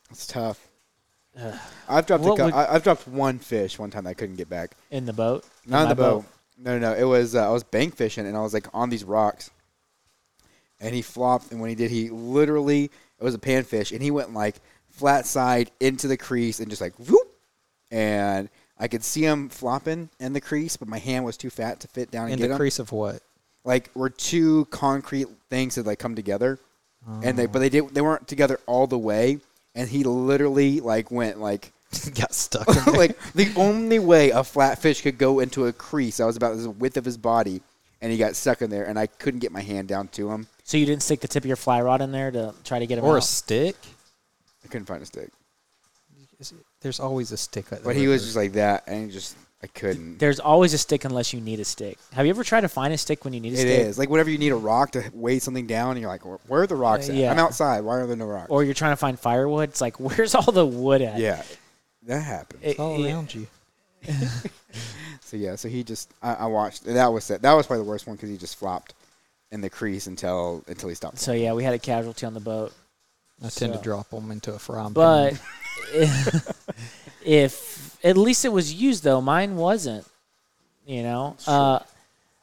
S4: that's tough. I've dropped a
S3: What
S4: cou-
S3: would-
S4: I, I've dropped one fish one time that I couldn't get back.
S3: In the boat.
S4: Not in
S3: my
S4: the boat. No, no, no. It was uh, I was bank fishing and I was like on these rocks, and he flopped. And when he did, he literally it was a panfish, and he went like flat side into the crease and just like whoop, and I could see him flopping in the crease, but my hand was too fat to fit down and
S5: In
S4: get
S5: the
S4: him.
S5: crease of what?
S4: Like were two concrete things that like come together, and
S5: Oh.
S4: they but they did they weren't together all the way, and he literally like went like
S5: Got stuck. In there.
S4: like the only way a flatfish could go into a crease, I was about the width of his body, and he got stuck in there, and I couldn't get my hand down to him.
S3: So you didn't stick the tip of your fly rod in there to try to get him
S5: or a
S3: out.
S5: stick.
S4: I couldn't find a stick,
S5: Is it- There's always a stick. At the
S4: but he was
S5: river.
S4: just like that, and just I couldn't.
S3: There's always a stick unless you need a stick. Have you ever tried to find a stick when you need a
S4: It
S3: stick?
S4: is like whenever you need a rock to weigh something down, and you're like, "Where- "Where are the rocks at?
S3: Uh, Yeah.
S4: I'm outside. Why are there no rocks?"
S3: Or you're trying to find firewood. It's like, where's all the wood at?
S4: yeah, that happened.
S3: It-
S5: all
S3: it-
S5: around you.
S4: So yeah, so he just I, I watched that was that was probably the worst one because he just flopped in the crease until until he stopped.
S3: So yeah, we had a casualty on the boat.
S5: I tend
S3: So-
S5: to drop them into a frying pan.
S3: But if at least it was used though, mine wasn't. You know, uh,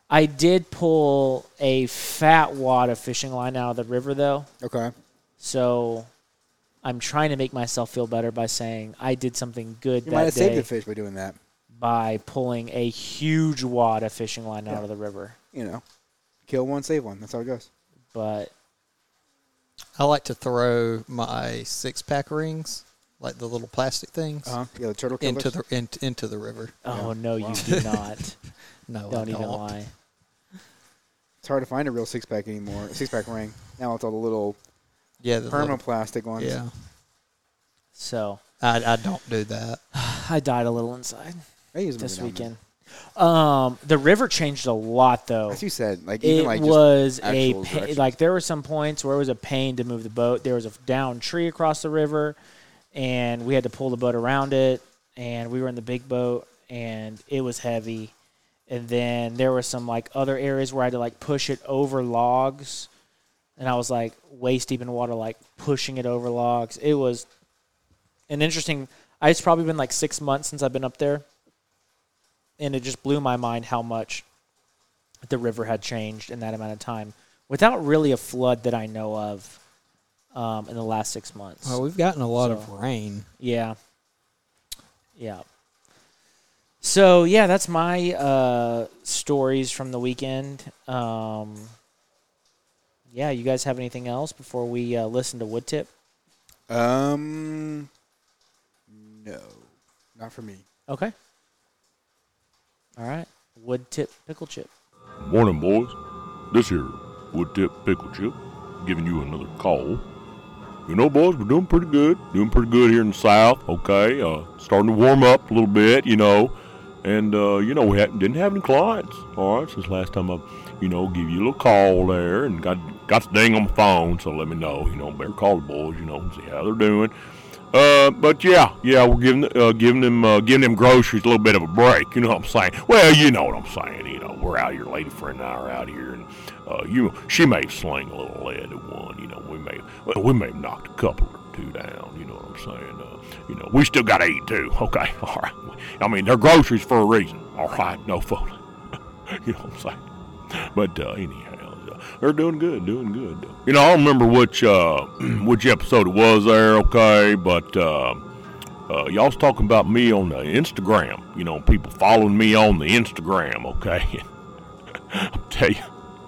S3: I did pull a fat wad of fishing line out of the river though,
S4: Okay,
S3: so I'm trying to make myself feel better by saying I did something good
S4: you
S3: that
S4: might have
S3: day
S4: saved the fish by doing that.
S3: by pulling a huge wad of fishing line out of the river.
S4: You know, kill one, save one. That's how it goes.
S3: But
S5: I like to throw my six pack rings, like the little plastic things,
S3: Uh-huh.
S4: Uh huh. Yeah, the turtle killers.
S5: into the in, into the river.
S3: oh no, you do not.
S5: No, I
S3: don't even
S5: don't.
S3: lie.
S4: it's hard to find a real six pack anymore. Six pack ring. Now it's all the little
S5: Yeah, the little-
S4: permaplastic ones.
S5: yeah.
S3: So
S5: I, I don't do that.
S3: I died a little inside.
S4: I use them
S3: this
S4: every now and then.
S3: weekend. Um, the river changed a lot though.
S4: As you said, like even
S3: It
S4: like just
S3: was a
S4: actual
S3: pa-
S4: direction.
S3: like there were some points where it was a pain to move the boat. There was a down tree across the river, and we had to pull the boat around it. And we were in the big boat, and it was heavy. And then there were some like other areas where I had to like push it over logs, and I was like waist deep in water, like pushing it over logs. It was an interesting. I- It's probably been like six months since I've been up there, and it just blew my mind how much the river had changed in that amount of time, without really a flood that I know of um, in the last six months.
S5: Well, we've gotten a lot
S3: So-
S5: of rain.
S3: Yeah, yeah. So yeah, that's my uh, stories from the weekend. Um, yeah, you guys have anything else before we uh, listen to Wood Tip?
S4: um no, not for me.
S3: Okay. All right. Wood tip pickle chip.
S7: Morning, boys. This here, Wood Tip Pickle Chip, giving you another call. You know, boys, we're doing pretty good. Doing pretty good here in the South, okay? Uh, starting to warm up a little bit, you know. And, uh, you know, we had, didn't have any clients, all right, since last time I, you know, give you a little call there and got, got the ding on my phone, so let me know, you know, better call the boys, you know, and see how they're doing. Uh, but yeah, yeah, we're giving uh, giving them uh, giving them groceries a little bit of a break. You know what I'm saying? Well, you know what I'm saying. You know, we're out here, lady friend and I are out here, and uh, you she may sling a little lead at one. You know, we may well, we may have knocked a couple or two down. You know what I'm saying? Uh, you know, we still got to eat too. Okay, all right. I mean, they're groceries for a reason. All right, no fooling. you know what I'm saying? But uh, anyhow, uh, they're doing good, doing good. You know, I don't remember which uh, which episode it was there, okay, but uh, uh, y'all was talking about me on the Instagram. You know, people following me on the Instagram, okay. I'll tell you.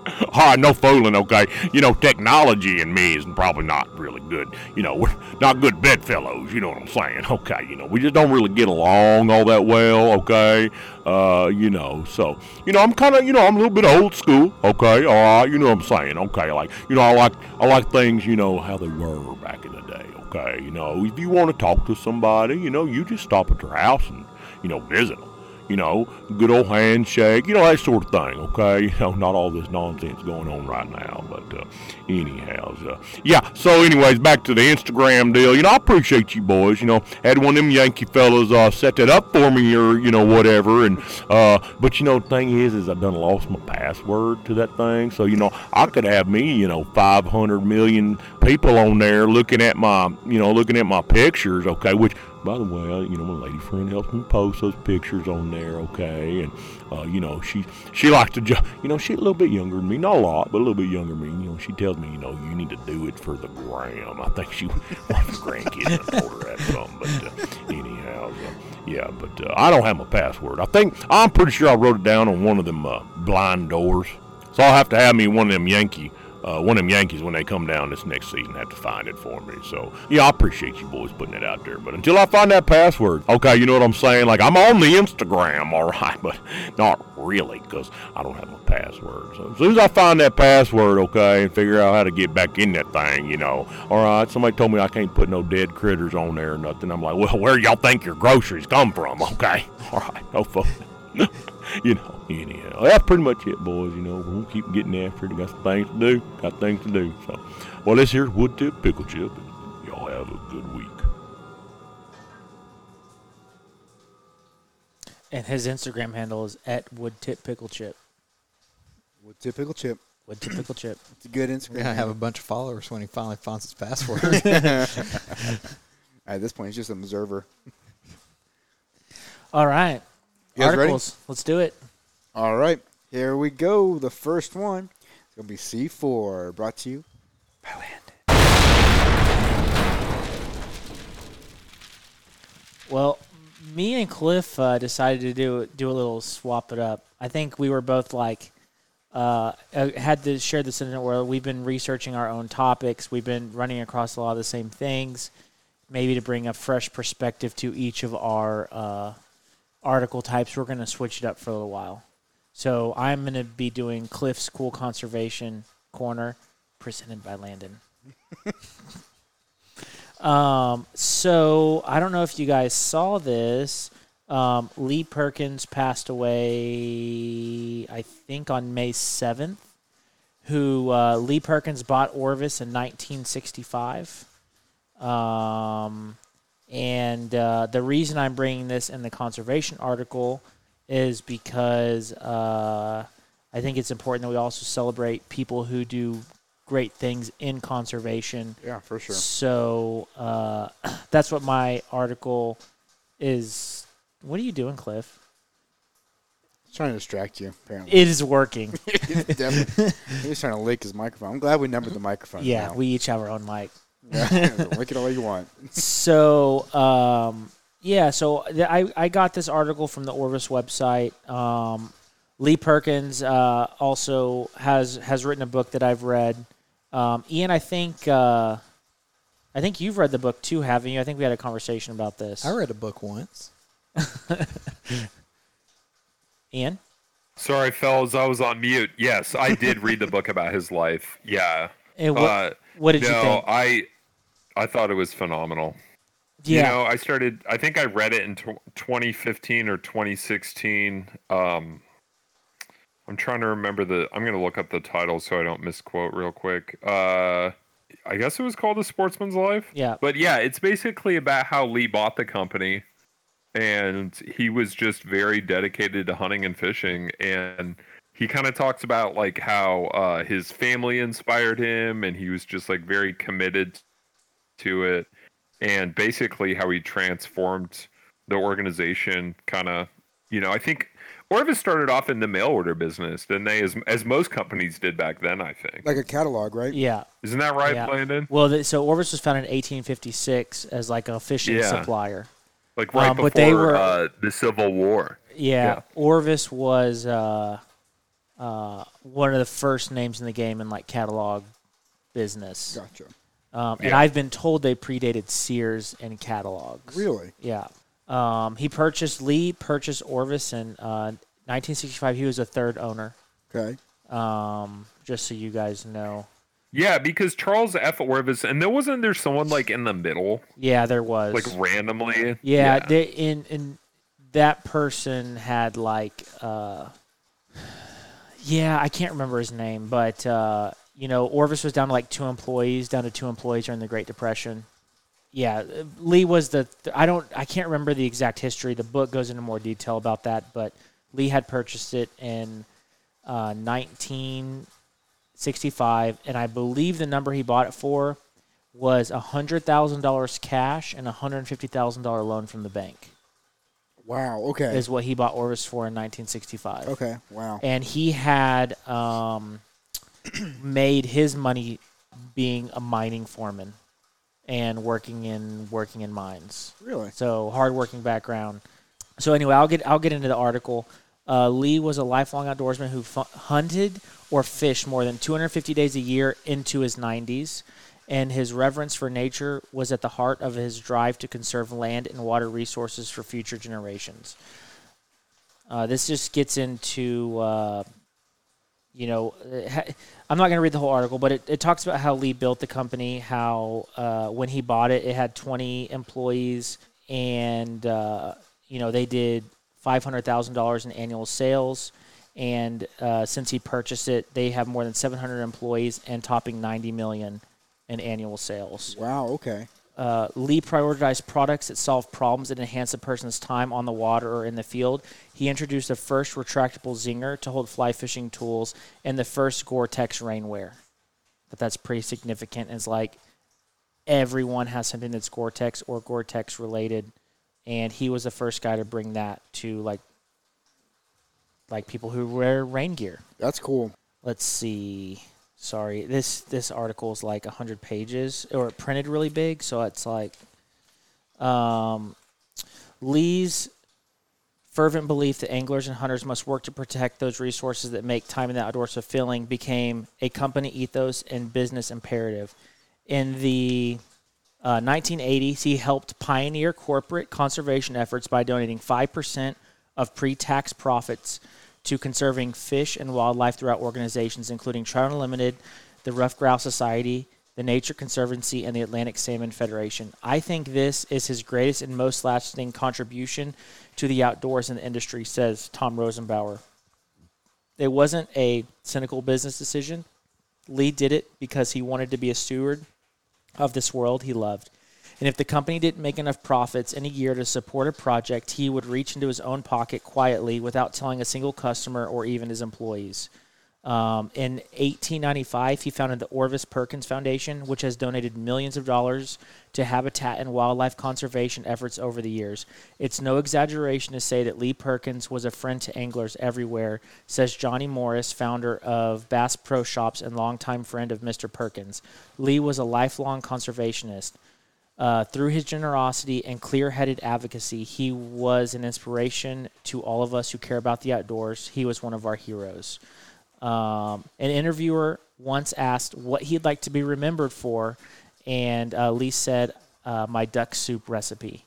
S7: All right, no fooling, okay? You know, technology and me is probably not really good. You know, we're not good bedfellows, you know what I'm saying? Okay, you know, we just don't really get along all that well, okay? Uh, you know, so, you know, I'm kind of, you know, I'm a little bit old school, okay? All right, you know what I'm saying? Okay, like, you know, I like, I like things, you know, how they were back in the day, okay? You know, if you want to talk to somebody, you know, you just stop at their house and, you know, visit them you know, good old handshake, you know, that sort of thing, okay? You know, not all this nonsense going on right now, but uh, anyhow, uh, yeah, so anyways, back to the Instagram deal, you know, I appreciate you boys, you know, had one of them Yankee fellas uh, set that up for me or, you know, whatever, and, uh, but you know, the thing is, is I done lost my password to that thing, so, you know, I could have me, you know, 500 million people on there looking at my, you know, looking at my pictures, okay, which, by the way, I- you know, my lady friend helps me post those pictures on there, okay? And, uh, you know, she she likes to, ju- you know, she's a little bit younger than me, not a lot, but a little bit younger than me. You know, she tells me, you know, you need to do it for the gram. I think she wants the grandkids to told her that something, but uh, anyhow, uh, yeah, but uh, I don't have my password. I think, I'm pretty sure I wrote it down on one of them uh, blind doors. So I'll have to have me one of them Yankee uh, one of them Yankees when they come down this next season have to find it for me. So yeah, I appreciate you boys putting it out there. But until I find that password, okay, you know what I'm saying? Like I'm on the Instagram, all right, but not really because I don't have my password. So as soon as I find that password, okay, and figure out how to get back in that thing, you know, all right. Somebody told me I can't put no dead critters on there or nothing. I'm like, well, where y'all think your groceries come from? Okay, all right, no fun. you know, anyhow, that's pretty much it, boys. You know, we'll keep getting after it. Got some things to do. Got things to do. So, well, this here's Wood Tip Pickle Chip. and Y'all have a good week.
S3: And his Instagram handle is at Wood Tip Pickle Chip.
S4: With typical chip.
S3: Wood Tip Pickle Chip.
S4: It's a good Instagram.
S5: We're gonna have a bunch of followers when he finally finds his password.
S4: At this point, he's just an observer.
S3: All right.
S4: You guys ready?
S3: Articles. Let's do it.
S4: All right, here we go. The first one is going to be C4, brought to you by Land.
S3: Well, me and Cliff uh, decided to do do a little swap it up. I think we were both like uh, uh, had to share this incident where we've been researching our own topics. We've been running across a lot of the same things, maybe to bring a fresh perspective to each of our uh, article types. We're going to switch it up for a little while. So I'm going to be doing Cliff's Cool Conservation Corner, presented by Landon. Um, so I don't know if you guys saw this. Um, Lee Perkins passed away, I think, on May 7th. Who uh, Lee Perkins bought Orvis in 1965. Um, and uh, the reason I'm bringing this in the conservation article is because uh, I think it's important that we also celebrate people who do great things in conservation.
S4: Yeah, for sure.
S3: So uh, that's what my article is. What are you doing, Cliff?
S4: He's trying to distract you, apparently.
S3: It is working.
S4: He's definitely- he's trying to lick his microphone. I'm glad we numbered the microphone.
S3: yeah,
S4: now.
S3: we each have our own mic.
S4: lick it all you want.
S3: so um, yeah, so the, I I got this article from the Orvis website. Um, Lee Perkins uh, also has has written a book that I've read. Um, Ian, I think uh, I think you've read the book too, haven't you? I think we had a conversation about this.
S5: I read a book once.
S3: Ian,
S6: Sorry, fellas, I was on mute. Yes, I did read the book about his life. Yeah. Uh,
S3: And Eh, what- what did you
S6: no,
S3: think?
S6: I I thought it was phenomenal. You know, I started. I think I read it in tw 2015 or 2016. Um, I'm trying to remember the. I'm gonna look up the title so I don't misquote real quick. Uh, I guess it was called A Sportsman's Life.
S3: Yeah.
S6: But yeah, it's basically about how Lee bought the company, and he was just very dedicated to hunting and fishing, and he kind of talks about like how uh, his family inspired him, and he was just like very committed to it and basically how he transformed the organization kind of you know i think orvis started off in the mail order business didn't they as, as most companies did back then i think
S4: Like a catalog, right?
S3: yeah.
S6: isn't that right
S3: yeah.
S6: landon
S3: Well, th- so Orvis was founded in 1856 as like a fishing
S6: Yeah.
S3: supplier.
S6: like right
S3: Um,
S6: before
S3: but they were-
S6: uh, the civil war
S3: Yeah,
S6: Yeah.
S3: Orvis was uh, uh, one of the first names in the game in like catalog business.
S4: Gotcha.
S3: Um, and
S6: Yeah.
S3: I've been told they predated Sears and catalogs.
S4: Really?
S3: Yeah. Um, he purchased Lee purchased Orvis in uh, 1965. He was a third owner.
S4: Okay.
S3: Um, just so you guys know.
S6: yeah because charles f orvis and there wasn't there someone like in the middle
S3: Yeah, there was
S6: like randomly
S3: Yeah, They, in in that person had like uh yeah, I can't remember his name, but uh you know, Orvis was down to like two employees, down to two employees during the Great Depression. Yeah, uh, Lee was the th- I don't I can't remember the exact history. The book goes into more detail about that, but Lee had purchased it in uh 1965 and I believe the number he bought it for was $100,000 cash and a $150,000 loan from the bank,
S4: Wow. Okay.
S3: is what he bought Orvis for in 1965.
S4: okay. Wow.
S3: And he had um, made his money being a mining foreman and working in working in mines.
S4: Really?
S3: So hardworking background. So anyway, I'll get I'll get into the article. Uh, Lee was a lifelong outdoorsman who fu- hunted or fished more than 250 days a year into his 90s, and his reverence for nature was at the heart of his drive to conserve land and water resources for future generations. Uh, this just gets into, uh, you know, uh, ha- I'm not going to read the whole article, but it, it talks about how Lee built the company, how uh, when he bought it, it had 20 employees, and, uh, you know, they did $500,000 in annual sales. And uh, since he purchased it, they have more than 700 employees and topping 90 million in annual sales.
S4: Wow. Okay.
S3: uh, Lee prioritized products that solve problems and enhance a person's time on the water or in the field. He introduced the first retractable zinger to hold fly fishing tools and the first Gore-Tex rainwear. But that's pretty significant. It's like everyone has something that's Gore-Tex or Gore-Tex related, and he was the first guy to bring that to like like people who wear rain gear
S4: That's cool.
S3: let's see sorry this this article is like 100 pages or it printed really big so it's like um, lee's fervent belief that anglers and hunters must work to protect those resources that make time in the outdoors fulfilling became a company ethos and business imperative in the uh, 1980s, he helped pioneer corporate conservation efforts by donating 5% of pre tax profits to conserving fish and wildlife throughout organizations, including Trout Unlimited, the Rough Grouse Society, the Nature Conservancy, and the Atlantic Salmon Federation. I think this is his greatest and most lasting contribution to the outdoors and the industry, says Tom Rosenbauer. It wasn't a cynical business decision. Lee did it because he wanted to be a steward of this world he loved. And if the company didn't make enough profits in a year to support a project, he would reach into his own pocket quietly without telling a single customer or even his employees. Um, in 1895, he founded the Orvis Perkins Foundation, which has donated millions of dollars to habitat and wildlife conservation efforts over the years. It's no exaggeration to say that Lee Perkins was a friend to anglers everywhere, says Johnny Morris, founder of Bass Pro Shops and longtime friend of Mr. Perkins. Lee was a lifelong conservationist. Uh, through his generosity and clear headed advocacy, he was an inspiration to all of us who care about the outdoors. He was one of our heroes. Um, an interviewer once asked what he'd like to be remembered for, and uh, Lee said, uh, My duck soup recipe.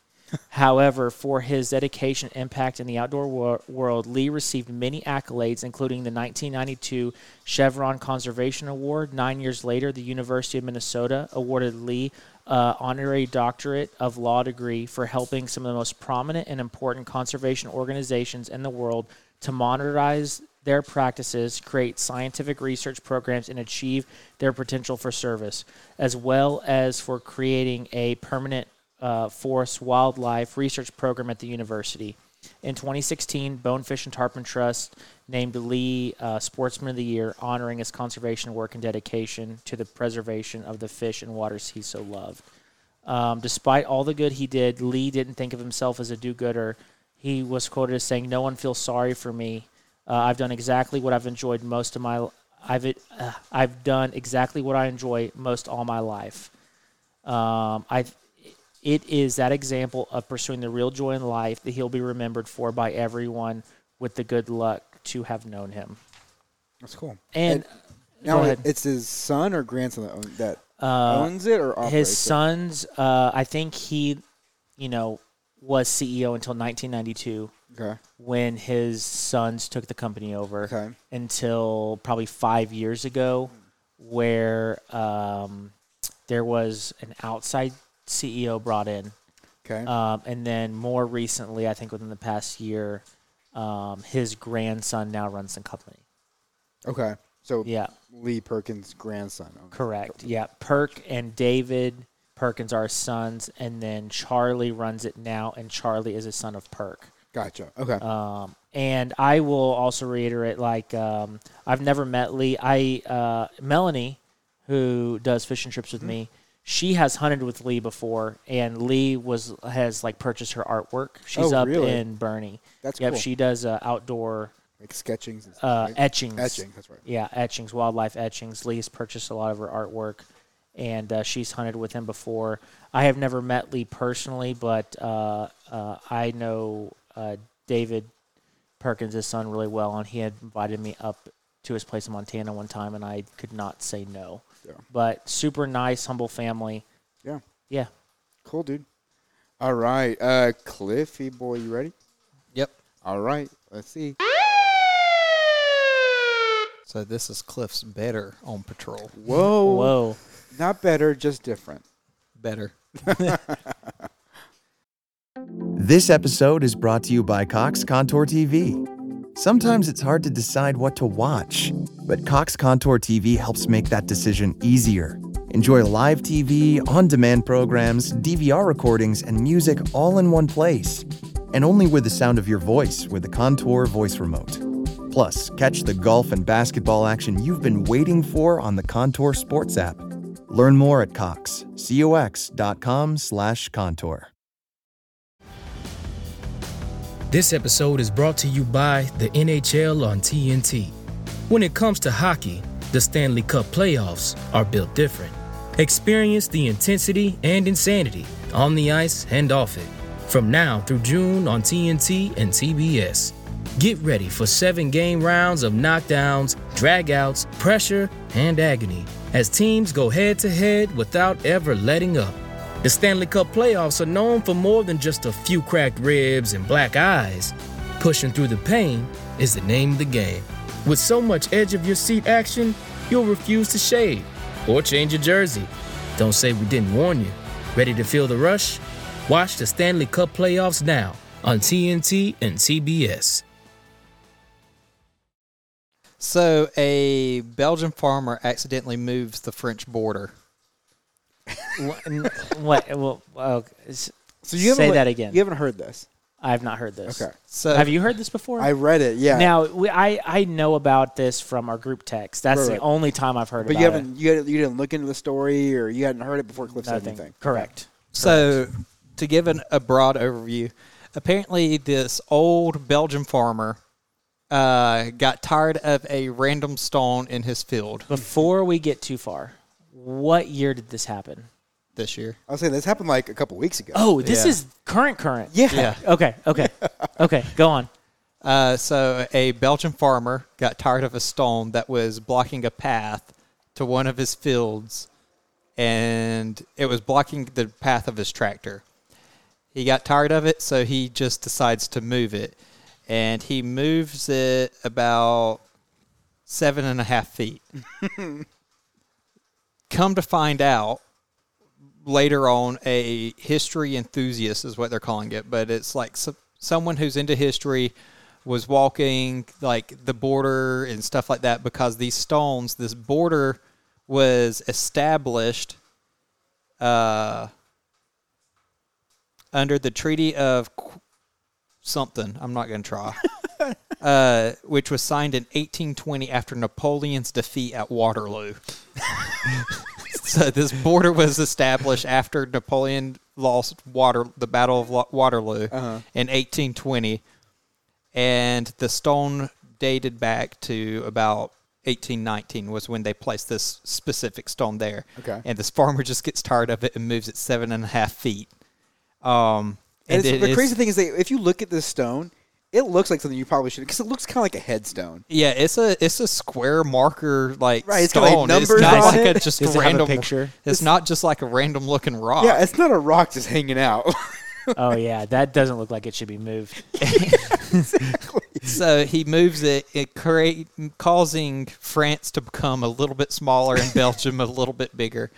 S3: However, for his dedication and impact in the outdoor wor- world, Lee received many accolades, including the 1992 Chevron Conservation Award. Nine years later, the University of Minnesota awarded Lee uh, honorary doctorate of law degree for helping some of the most prominent and important conservation organizations in the world to monetize their practices, create scientific research programs, and achieve their potential for service, as well as for creating a permanent uh, forest wildlife research program at the university. In 2016, Bonefish and Tarpon Trust named Lee uh, Sportsman of the Year, honoring his conservation work and dedication to the preservation of the fish and waters he so loved. Um, despite all the good he did, Lee didn't think of himself as a do gooder. He was quoted as saying, No one feels sorry for me. Uh, I've done exactly what I've enjoyed most of my I've, uh, I've done exactly what I enjoy most all my life. Um, I, it is that example of pursuing the real joy in life that he'll be remembered for by everyone with the good luck to have known him.
S4: That's cool.
S3: And
S4: Now
S3: go ahead.
S4: it's his son or grandson that, own, that
S3: Uh,
S4: owns it or operates it?
S3: his sons, uh, I think he, you know, was CEO until 1992
S4: Okay.
S3: when his sons took the company over
S4: Okay.
S3: until probably five years ago, where um, there was an outside CEO brought in.
S4: Okay.
S3: Um, and then more recently, I think within the past year, um, his grandson now runs the company.
S4: okay. So
S3: Yeah,
S4: Lee Perkins' grandson. owns it.
S3: correct. Yeah, Perk and David Perkins are his sons, and then Charlie runs it now, and Charlie is a son of Perk.
S4: Gotcha. Okay.
S3: Um, and I will also reiterate, like, um, I've never met Lee. I uh, Melanie, who does fishing trips
S4: Mm-hmm.
S3: with me, she has hunted with Lee before, and Lee was has like purchased her artwork. She's
S4: Oh,
S3: up
S4: really?
S3: in Bernie.
S4: That's
S3: yep.
S4: cool.
S3: She does uh, outdoor
S4: like sketchings and stuff.
S3: uh,
S4: right?
S3: etchings.
S4: Etching. That's right.
S3: Yeah, etchings, wildlife etchings. Lee's purchased a lot of her artwork, and uh, she's hunted with him before. I have never met Lee personally, but uh, uh, I know uh, David Perkins, his son, really well, and he had invited me up to his place in Montana one time, and I could not say no.
S4: Yeah.
S3: But super nice, humble family.
S4: Yeah.
S3: Yeah.
S4: Cool, dude. All right. Uh, Cliffy boy, you ready?
S5: Yep.
S4: All right. Let's see.
S5: So this is Cliff's better on patrol.
S4: Whoa.
S3: Whoa.
S4: Not better, just different.
S5: Better.
S8: This episode is brought to you by Cox Contour TV. Sometimes it's hard to decide what to watch, but Cox Contour TV helps make that decision easier. Enjoy live TV, on demand programs, DVR recordings, and music all in one place. And only with the sound of your voice with the Contour Voice Remote. Plus, catch the golf and basketball action you've been waiting for on the Contour Sports app. Learn more at Cox, cox.com slash contour.
S9: This episode is brought to you by the NHL on TNT. When it comes to hockey, the Stanley Cup playoffs are built different. Experience the intensity and insanity on the ice and off it. From now through June on TNT and TBS. Get ready for seven game rounds of knockdowns, dragouts, pressure, and agony as teams go head to head without ever letting up. The Stanley Cup playoffs are known for more than just a few cracked ribs and black eyes. Pushing through the pain is the name of the game. With so much edge of your seat action, you'll refuse to shave or change your jersey. Don't say we didn't warn you. Ready to feel the rush? Watch the Stanley Cup playoffs now on TNT and TBS.
S5: So a Belgian farmer accidentally moves the French border.
S3: What? n- what well, well, s-
S4: So you haven't
S3: say
S4: li-
S3: that again.
S4: You haven't heard this.
S3: I have not heard this.
S4: Okay.
S5: So
S3: have you heard this before?
S4: I read it. Yeah.
S3: Now we, I I know about this from our group text. That's
S4: Right,
S3: the
S4: right.
S3: only time I've heard
S4: but
S3: about
S4: you haven't.
S3: it.
S4: You, hadn't- you didn't look into the story, or you hadn't heard it before Cliff said anything.
S3: Correct.
S5: So, to give an, a broad overview, apparently this old Belgian farmer uh, got tired of a random stone in his field
S3: Before we get too far, what year did this happen?
S5: this year.
S4: I was saying this happened like a couple weeks ago.
S3: Oh, this
S5: Yeah.
S3: is current current.
S4: yeah.
S5: Yeah.
S3: Okay. Okay. okay. Go on.
S5: Uh, so, a Belgian farmer got tired of a stone that was blocking a path to one of his fields, and it was blocking the path of his tractor. He got tired of it, so he just decides to move it. And he moves it about seven and a half feet. Come to find out later on, a history enthusiast is what they're calling it, but it's like so, someone who's into history was walking like the border and stuff like that because these stones, this border was established uh, under the Treaty of Qu- something. I'm not going to try. Uh, which was signed in 1820 after Napoleon's defeat at Waterloo. so this border was established after Napoleon lost water the Battle of Lo- Waterloo in 1820, and the stone dated back to about 1819 was when they placed this specific stone there.
S4: Okay.
S5: and this farmer just gets tired of it and moves it seven and a half feet. Um,
S4: And
S5: it
S4: it's, the
S5: is-
S4: crazy thing is that if you look at this stone, it looks like something you probably should because it looks kind of like a headstone.
S5: Yeah, it's a it's a square marker like
S4: Right, it's got,
S5: stone.
S4: like, numbers
S5: not
S4: on
S5: like
S4: it.
S5: a just
S3: Does it have a
S5: random
S3: picture?
S5: It's not just like a random looking rock.
S4: Yeah, it's not a rock just hanging out.
S3: Oh yeah, that doesn't look like it should be moved.
S5: so he moves it, it create, causing France to become a little bit smaller and Belgium a little bit bigger.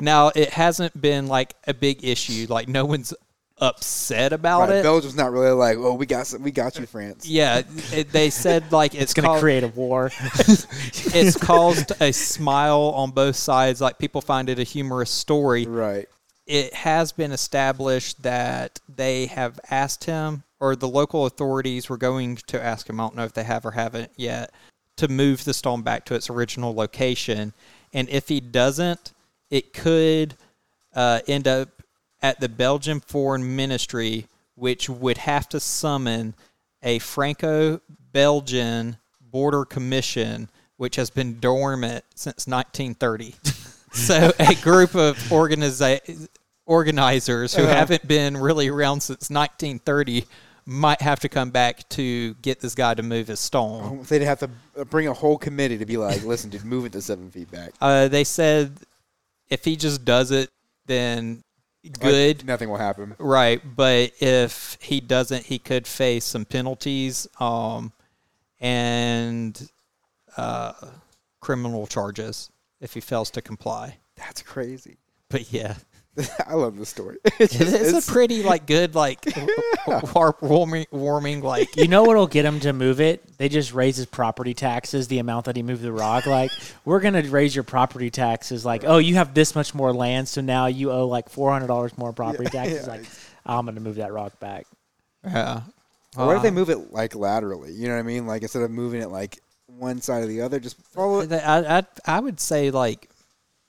S5: Now it hasn't been like a big issue. Like no one's upset about
S4: Right,
S5: it.
S4: Belgium's not really like, oh, we got some, we got you, France.
S5: yeah, it- they said like it's,
S3: It's gonna
S5: cau-
S3: create a war.
S5: it's caused a smile on both sides. Like people find it a humorous story.
S4: Right.
S5: it has been established that they have asked him, or the local authorities were going to ask him, I don't know if they have or haven't yet, to move the stone back to its original location. And if he doesn't, it could uh, end up at the Belgian Foreign Ministry, which would have to summon a Franco Belgian border commission, which has been dormant since 1930. so, a group of organiza- organizers who haven't been really around since 1930 might have to come back to get this guy to move his stone.
S4: They'd have to uh, bring a whole committee to be like, listen, dude, move it to seven feet back.
S5: Uh, they said if he just does it, then
S4: Like,
S5: good.
S4: nothing will happen.
S5: Right, but if he doesn't, he could face some penalties um, and uh, criminal charges if he fails to comply.
S4: That's crazy.
S5: But yeah,
S4: I love this story.
S5: It's, a pretty like good like warp warming warming like
S3: You know what'll get him to move it? They just raise his property taxes, the amount that he moved the rock. Like, we're gonna raise your property taxes. Like, oh, you have this much more land, so now you owe like four hundred dollars more property taxes. like, I'm gonna move that rock back.
S5: yeah.
S4: Or what if they move it like laterally? You know what I mean? Like instead of moving it like one side or the other, just follow it.
S5: Th- I, I I would say like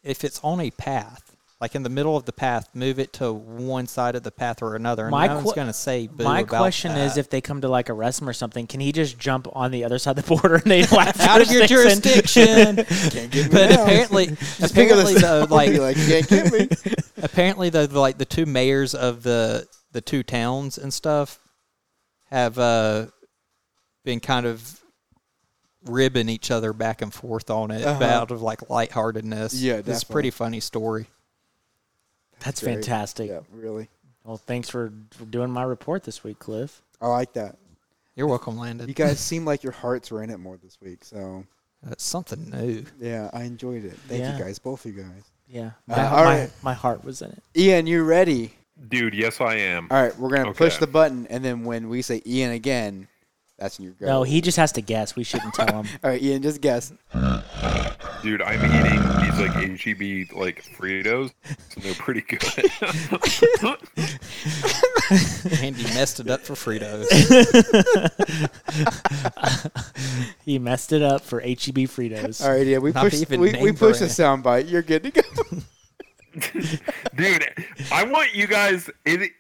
S5: if it's on a path, like in the middle of the path, move it to one side of the path or another. And
S3: My
S5: no
S3: que-
S5: one's gonna say boo
S3: My
S5: about
S3: question
S5: that.
S3: is, if they come to like arrest him or something, can he just jump on the other side of the border and they laugh
S5: out of your jurisdiction. but apparently,
S4: Pick up the
S5: apparently though,
S4: story,
S5: like
S4: like you can't get me.
S5: apparently though, like the two mayors of the the two towns and stuff have uh, been kind of ribbing each other back and forth on it out of like lightheartedness.
S4: Uh-huh. Yeah,
S5: it's a pretty funny story.
S3: That's
S4: Great.
S3: fantastic.
S4: Yeah, really.
S3: Well, thanks for for doing my report this week, Cliff.
S4: I like that.
S5: You're welcome, Landon.
S4: You guys seem like your hearts were in it more this week, so
S5: That's Uh, something new.
S4: yeah, I enjoyed it. Thank
S3: Yeah.
S4: you guys, both of you guys.
S3: Yeah,
S4: Uh,
S3: my,
S4: all
S3: my,
S4: right.
S3: my heart was in it.
S4: Ian, you ready?
S6: Dude, yes, I am.
S4: All right, we're gonna push
S6: Okay.
S4: the button, and then when we say Ian again, that's when you go.
S3: No, he just has to guess. We shouldn't tell him.
S4: All right, Ian, just guess.
S6: Dude, I'm eating these like HEB like Fritos, and they're pretty good.
S5: Andy messed it up for Fritos.
S3: he messed it up for HEB Fritos.
S4: All right, yeah, we
S5: Not
S4: pushed
S5: even
S4: we,
S5: name
S4: we pushed a
S5: brand.
S4: soundbite. You're good to go.
S6: dude, I want you guys. It,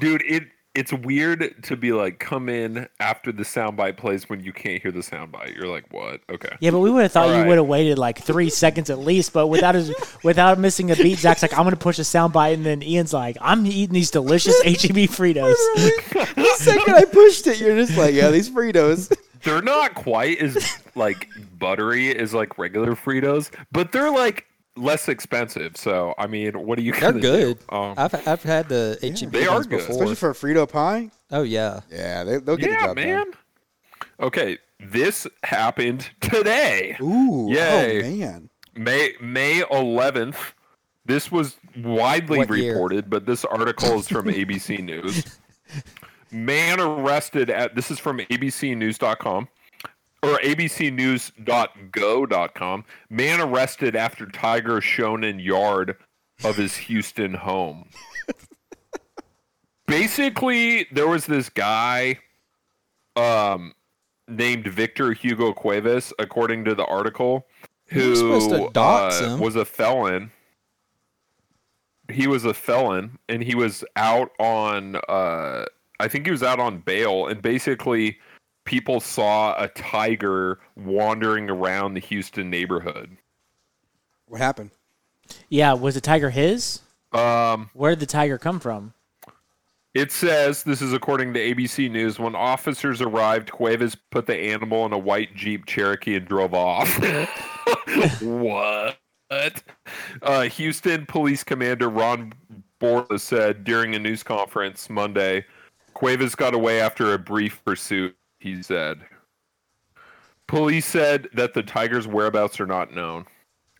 S6: dude, it it's weird to be like come in after the soundbite plays when you can't hear the soundbite. You're like, what? Okay.
S3: Yeah, but we would have thought
S6: All
S3: you
S6: right.
S3: would have waited like three seconds at least. But without his, without missing a beat, Zach's like, "I'm gonna push a soundbite," and then Ian's like, "I'm eating these delicious HEB Fritos."
S4: the second I pushed it, you're just like, yeah, these Fritos.
S6: They're not quite as like buttery as like regular Fritos, but they're like less expensive. So I mean, what are you?
S5: They're
S6: Gonna do?
S5: good.
S6: Um,
S5: I've I've had the HEB
S6: They are
S5: ones
S6: good.
S5: before.
S4: Especially for a Frito pie.
S5: Oh yeah.
S4: Yeah, they, they'll get the
S6: yeah,
S4: job done.
S6: man. Okay, this happened today.
S4: Ooh,
S6: Yay.
S4: oh man.
S6: May May eleventh. This was widely
S5: What year?
S6: reported, but this article is from ABC News. Man arrested at this is from abcnews.com or abcnews.go.com. Man arrested after tiger shown in yard of his Houston home. Basically, there was this guy um named Victor Hugo Cuevas according to the article
S5: You were supposed to
S6: who
S5: dox
S6: uh,
S5: him.
S6: was a felon. He was a felon, and he was out on. Uh, I think he was out on bail, and basically, people saw a tiger wandering around the Houston neighborhood.
S4: What happened?
S3: yeah, was the tiger his?
S6: Um,
S3: Where did the tiger come from?
S6: It says, this is according to ABC News, when officers arrived, Cuevas put the animal in a white Jeep Cherokee and drove off. what? Uh, Houston Police Commander Ron Borla said during a news conference Monday, Cuevas got away after a brief pursuit, he said. Police said that the tiger's whereabouts are not known.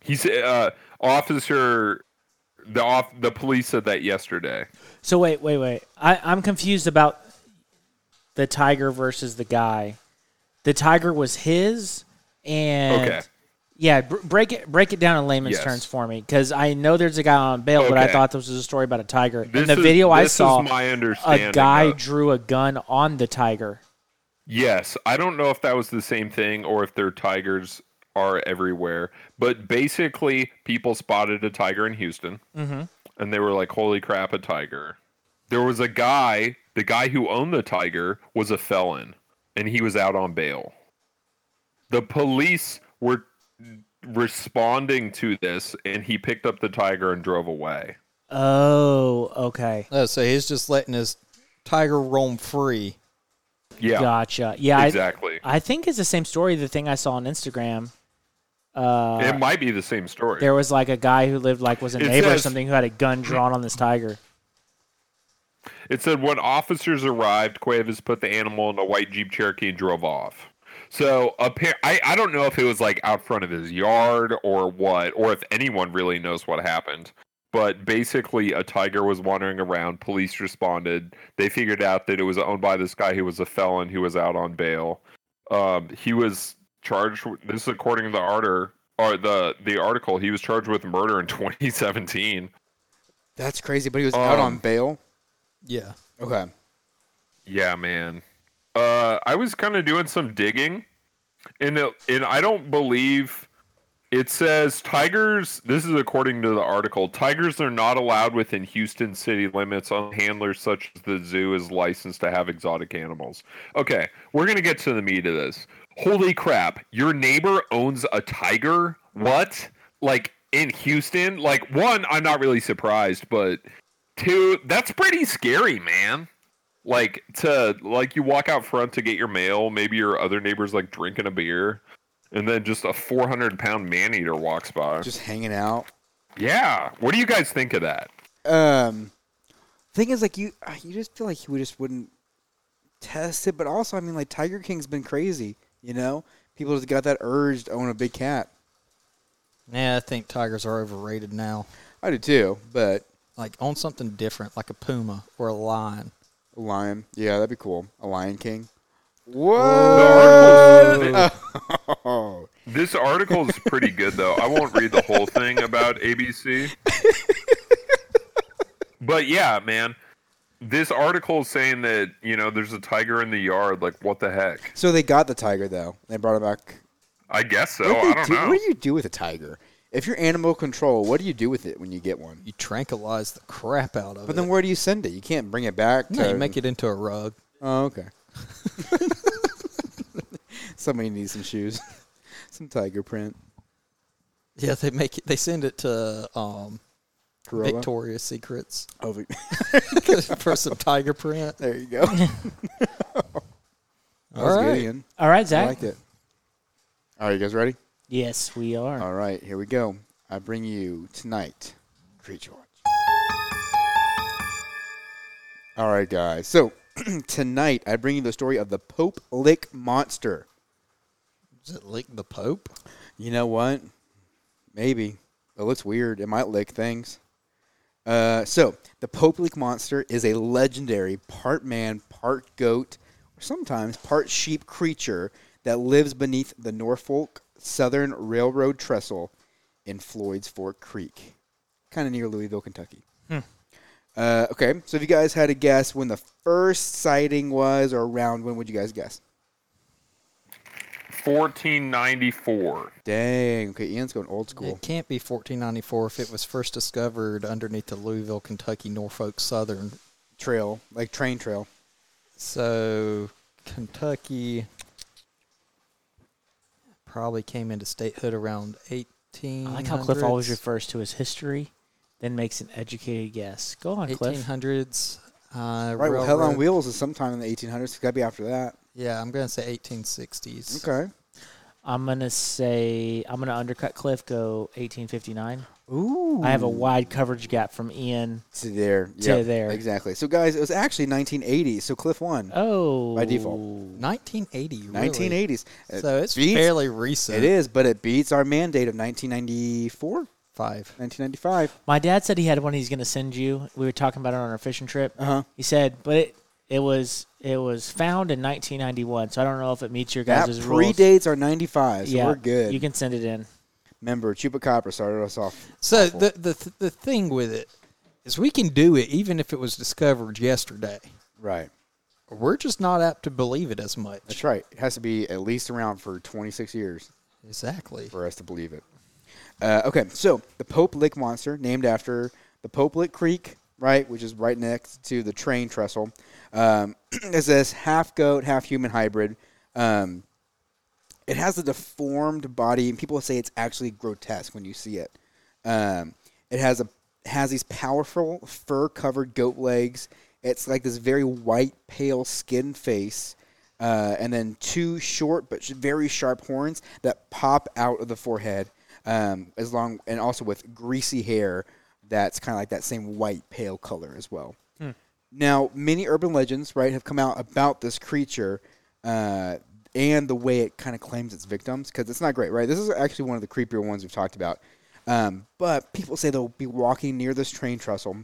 S6: He said, uh, officer, the, off, the police said that yesterday.
S3: So wait, wait, wait. I, I'm confused about the tiger versus the guy. The tiger was his, and
S6: Okay.
S3: yeah, br- break it break it down in layman's
S6: Yes.
S3: terms for me because I know there's a guy on bail, but I
S6: Okay.
S3: thought this was a story about a tiger.
S6: This
S3: in the
S6: is-
S3: video I
S6: this is
S3: saw,
S6: my
S3: a
S6: understanding
S3: guy
S6: of-
S3: drew a gun on the tiger.
S6: Yes, I don't know if that was the same thing or if their tigers are everywhere, but basically, people spotted a tiger in Houston, and they were like, "Holy crap, a tiger!" There was a guy. The guy who owned the tiger was a felon, and he was out on bail. The police were responding to this, and he picked up the tiger and drove away.
S3: Oh, okay,
S5: Oh, so he's just letting his tiger roam free.
S6: Yeah,
S3: gotcha. Yeah,
S6: exactly.
S3: I, I think it's the same story. The thing I saw on Instagram, Uh,
S6: it might be the same story.
S3: there was like a guy who lived like was a
S6: It
S3: neighbor or
S6: says-
S3: something who had a gun drawn on this tiger.
S6: It said when officers arrived, Cuevas put the animal in a white Jeep Cherokee and drove off. So appa- I, I don't know if it was like out front of his yard or what, or if anyone really knows what happened. But basically, a tiger was wandering around. Police responded. They figured out that it was owned by this guy who was a felon who was out on bail. Um, he was charged. with- This is according to the order or the the article. He was charged with murder in 2017.
S4: That's crazy, but he was out
S6: Um,
S4: on bail.
S5: Yeah.
S4: Okay.
S6: Yeah, man. Uh, I was kind of doing some digging, and it, and I don't believe it says tigers. This is according to the article. Tigers are not allowed within Houston city limits. On handlers such as the zoo is licensed to have exotic animals. Okay, we're gonna get to the meat of this. Holy crap! Your neighbor owns a tiger. What? Like in Houston? Like one? I'm not really surprised, but two? That's pretty scary, man like to like you walk out front to get your mail maybe your other neighbor's like drinking a beer and then just a 400 pound man eater walks by
S4: Just hanging out.
S6: yeah what do you guys think of that
S4: Um, thing is, like you, uh, you just feel like we just wouldn't test it. But also, I mean, like Tiger King's been crazy. You know, people just got that urge to own a big cat.
S5: Yeah, I think tigers are overrated now.
S4: I do too, but
S5: Like on something different, like a puma or a lion.
S4: a lion, yeah, that'd be cool. A Lion King.
S6: The article-
S4: Oh,
S6: this article is pretty good though i won't read the whole thing about abc but yeah man this article is saying that you know there's a tiger in the yard like what the heck
S4: so they got the tiger though. They brought it back.
S6: i guess so
S4: what, do
S6: Oh, i
S4: they
S6: don't
S4: do,
S6: know
S4: what do you do with a tiger? If you're animal control, what do you do with it when you get one?
S5: You tranquilize the crap out of
S4: But
S5: it.
S4: then where do you send it? You can't bring it back.
S5: no,
S4: to-
S5: you make it into a rug.
S4: Oh, okay. Somebody needs some shoes, some tiger print.
S5: Yeah, they make it, they send it to um,
S4: Corolla.
S5: Victoria's Secrets
S4: Oh, Vic-
S5: for some tiger print.
S4: there you go. that
S5: All
S4: was good,
S5: right.
S4: Ian.
S3: All right,
S4: I
S3: Zach.
S4: liked it. All right, you guys ready?
S3: Yes, we are.
S4: All right, here we go. I bring you tonight, Creature Watch. All right, guys. So tonight I bring you the story of the Pope Lick Monster.
S5: Does it lick the Pope?
S4: You know what? Maybe. It looks weird. It might lick things. Uh, so, the Pope Leak Monster is a legendary part man, part goat, or sometimes part sheep creature that lives beneath the Norfolk Southern Railroad trestle in Floyd's Fork Creek, kind of near Louisville, Kentucky. Uh, okay, so if you guys had to guess when the first sighting was or around, when would you guys guess?
S6: 1494
S4: Dang. Okay, Ian's going old school.
S5: It can't be 1494 if it was first discovered underneath the Louisville, Kentucky, Norfolk Southern.
S4: Trail, like train trail.
S5: So Kentucky probably came into statehood around 18.
S3: I like how Cliff always refers to his history, then makes an educated guess. Go on, Cliff.
S5: 1800s. Uh,
S4: Right, well, Hell on
S5: railroad-
S4: Wheels is sometime in the 1800s. It's got to be after that.
S5: Yeah, I'm going to say 1860s.
S4: Okay.
S3: I'm gonna say I'm gonna undercut Cliff. Go 1859.
S4: Ooh.
S3: I have a wide coverage gap from Ian.
S4: to there.
S3: To
S4: Yep,
S3: there.
S4: Exactly. So, guys, it was actually 1980. So Cliff won.
S3: Oh,
S4: By default.
S5: 1980. Really?
S4: 1980s. It
S5: So it's
S4: beats-
S5: fairly recent.
S4: It is, but it beats our mandate of 1994,
S5: Five.
S4: 1995.
S3: My dad said he had one he's going to send you. We were talking about it on our fishing trip.
S4: Uh-huh.
S3: He said, but it it was it was found in 1991, so I don't know if it meets your
S4: That
S3: guys' rules.
S4: predates our 95, so we're good.
S3: You can send it in.
S4: Remember, Chupacabra started us off.
S5: So the, the th- the thing with it is we can do it even if it was discovered yesterday.
S4: Right.
S5: We're just not apt to believe it as much.
S4: That's right. It has to be at least around for 26 years.
S5: Exactly.
S4: for us to believe it. Uh, okay, so the Pope Lick monster, named after the Pope Lick Creek, right, which is right next to the train trestle, um, is this half goat, half human hybrid. Um, it has a deformed body, and people say it's actually grotesque when you see it. Um, it has a has these powerful fur-covered goat legs. It's like this very white, pale skin face, uh, and then two short but sh- very sharp horns that pop out of the forehead, um, as long and also with greasy hair that's kind of like that same white, pale color as well. Now, many urban legends, right, have come out about this creature uh, and the way it kind of claims its victims because it's not great, right? This is actually one of the creepier ones we've talked about. Um, but people say they'll be walking near this train trestle,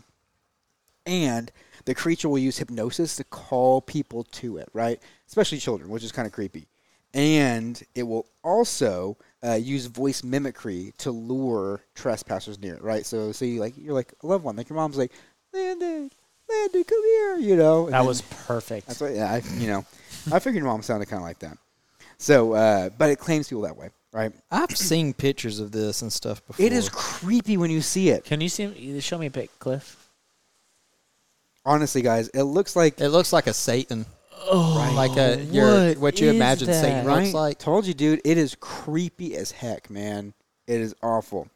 S4: and the creature will use hypnosis to call people to it, right? Especially children, which is kind of creepy. And it will also uh, use voice mimicry to lure trespassers near it, right? So, say like you're like a loved one, like your mom's like, Landon, Landon, come here, you know. and
S3: That
S4: then-
S3: was perfect.
S4: that's what, yeah, I, you know, I figured mom sounded kind of like that. So, uh, but it claims people that way, right?
S5: I've seen pictures of this and stuff before.
S4: It is creepy when you see it.
S3: Can you see? you Show me a pic, Cliff.
S4: Honestly, guys, it looks like
S5: It looks like a Satan. Oh, like a your,
S3: what
S5: what, you
S3: is
S5: imagine
S3: that?
S5: Satan looks
S4: right.
S5: like.
S4: Told you, dude. It is creepy as heck, man. It is awful.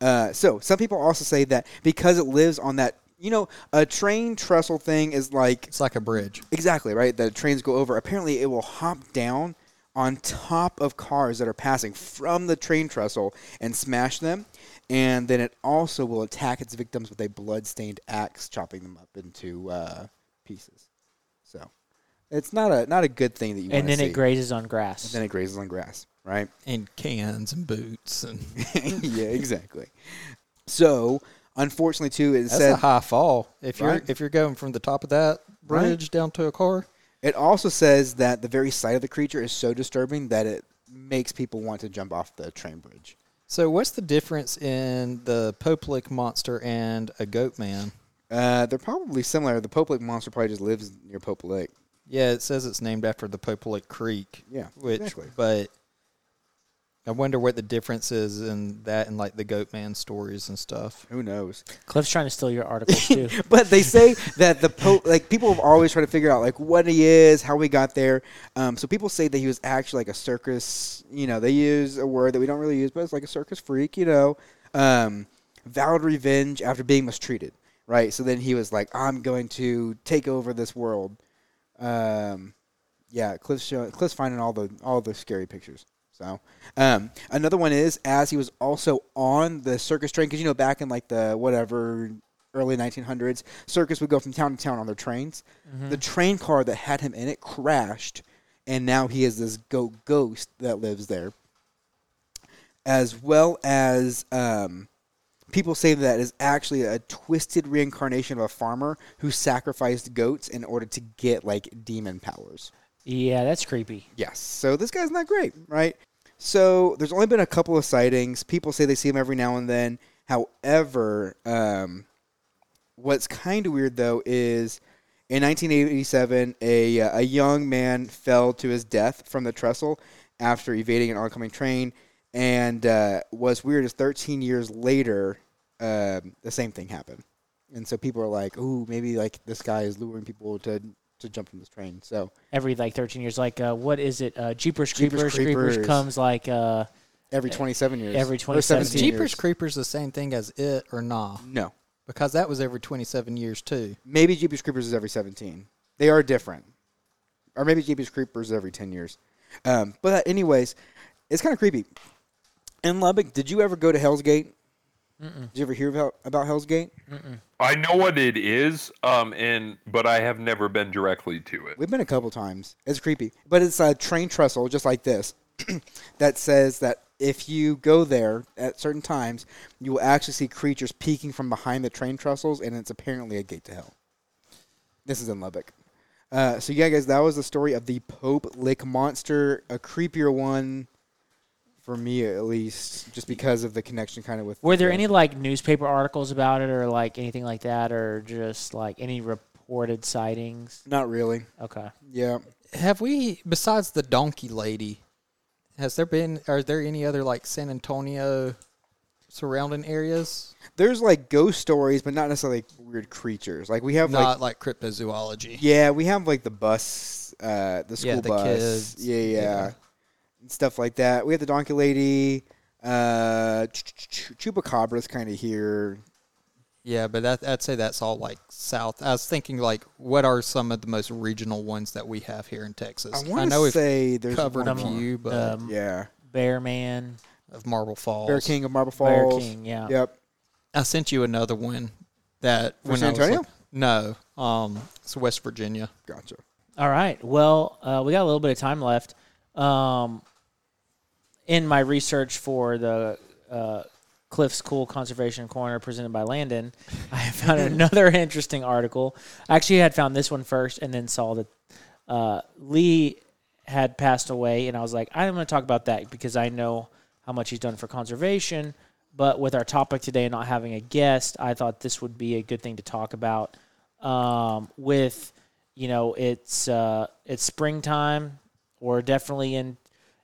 S4: Uh, so some people also say that because it lives on that, you know, a train trestle thing is like
S5: It's like a bridge.
S4: Exactly, right? The trains go over. Apparently, it will hop down on top of cars that are passing from the train trestle and smash them. And then it also will attack its victims with a blood-stained axe, chopping them up into uh, pieces. So it's not a not a good thing that you.
S3: And
S4: wanna
S3: then
S4: see.
S3: it grazes on grass.
S4: Then it grazes on grass, right?
S5: And cans and boots and
S4: yeah, exactly. So unfortunately, too, it
S5: that's
S4: said
S5: a high fall. If you're
S4: Right.
S5: if you're going from the top of that
S4: Right.
S5: bridge down to a car.
S4: It also says that the very sight of the creature is so disturbing that it makes people want to jump off the train bridge.
S5: So what's the difference in the Poplick monster and a goat man?
S4: Uh, they're probably similar. The Pope Lake monster probably just lives near Pope Lake.
S5: Yeah, it says it's named after the Poplick Creek.
S4: Yeah,
S5: Which
S4: exactly.
S5: but I wonder what the difference is in that and like the goat man stories and stuff.
S4: Who knows?
S3: Cliff's trying to steal your articles too.
S4: But they say that the Pope, like people have always tried to figure out like what he is, how he got there. Um, so people say that he was actually like a circus. You know, they use a word that we don't really use, but it's like a circus freak. You know, um, vowed revenge after being mistreated. Right. So then he was like, "I'm going to take over this world." Um, yeah, Cliff's show, Cliff's finding all the all the scary pictures. So um, another one is as he was also on the circus train because you know back in like the whatever early 1900s, circus would go from town to town on their trains. The train car that had him in it crashed, and now he is this goat ghost that lives there. As well as um, people say that is actually a twisted reincarnation of a farmer who sacrificed goats in order to get like demon powers.
S3: yeah, that's creepy.
S4: Yes. So this guy's not great, right? So there's only been a couple of sightings. People say they see him every now and then. However, um, what's kind of weird though is in 1987, a, uh, a young man fell to his death from the trestle after evading an oncoming train. And uh, what's weird is 13 years later, um the same thing happened. And so people are like, "Ooh, maybe like this guy is luring people to to jump from this train." So
S3: Every like 13 years, like uh, what is it? Uh, Jeepers,
S4: Jeepers
S3: Creepers, Creepers,
S4: Creepers.
S3: comes like uh,
S4: Every 27 years.
S3: every
S4: Or
S3: 27
S5: Is
S4: 17
S5: Jeepers
S4: years.
S5: Creepers the same thing as it or nah?
S4: No.
S5: Because that was every twenty seven years too.
S4: Maybe Jeepers Creepers is every 17. They are different. Or maybe Jeepers Creepers is every 10 years. Um, but, anyways, it's kind of creepy. In Lubbock, did you ever go to Hell's Gate? Did you ever hear about, about Hell's Gate?
S6: I know what it is, um, and but I have never been directly to it.
S4: We've been a couple times. It's creepy. But it's a train trestle, just like this, that says that if you go there at certain times, you will actually see creatures peeking from behind the train trestles, and it's apparently a gate to hell. This is in Lubbock. Uh, so, yeah, guys, that was the story of the Pope Lick Monster, a creepier one for me, at least, just because of the connection kind of with.
S3: Were there any like newspaper articles about it or like anything like that or just like any reported sightings?
S4: Not really.
S3: Okay.
S4: Yeah.
S5: Have we besides the donkey lady, has there been are there any other like San Antonio surrounding areas?
S4: There's like ghost stories, but not necessarily weird creatures. Like, we have like.
S5: Not like, cryptozoology.
S4: Yeah, we have like the bus, uh, the school
S5: Yeah, the
S4: bus.
S5: kids.
S4: Yeah, yeah,
S5: Yeah.
S4: And Stuff like that. We have the Donkey Lady. Uh, ch- ch- ch- Chupacabra's kind of here.
S5: Yeah, but that, I'd say that's all like south. I was thinking like, what are some of the most regional ones that we have here in
S4: I
S5: Texas?
S4: want
S5: know
S4: to
S5: we've
S4: say there's
S5: covered a
S4: one more.
S5: few, but
S3: Um,
S4: Yeah,
S3: Bear Man,
S5: of Marble Falls.
S4: Bear King of Marble
S3: Bear
S4: Falls.
S3: King, yeah.
S4: Yep.
S5: I sent you another one that
S4: For
S5: when
S4: San
S5: I was
S4: Antonio?
S5: looking- no, um, it's West Virginia.
S4: Gotcha.
S3: All right. Well, uh, we got a little bit of time left. Um, in my research for the uh, Cliff's Cool Conservation Corner presented by Landon, I have found another interesting article. Actually, I had found this one first and then saw that uh, Lee had passed away, and I was like, I'm going to talk about that because I know how much he's done for conservation. But with our topic today and not having a guest, I thought this would be a good thing to talk about. Um, with you know, it's uh, it's springtime. We're definitely in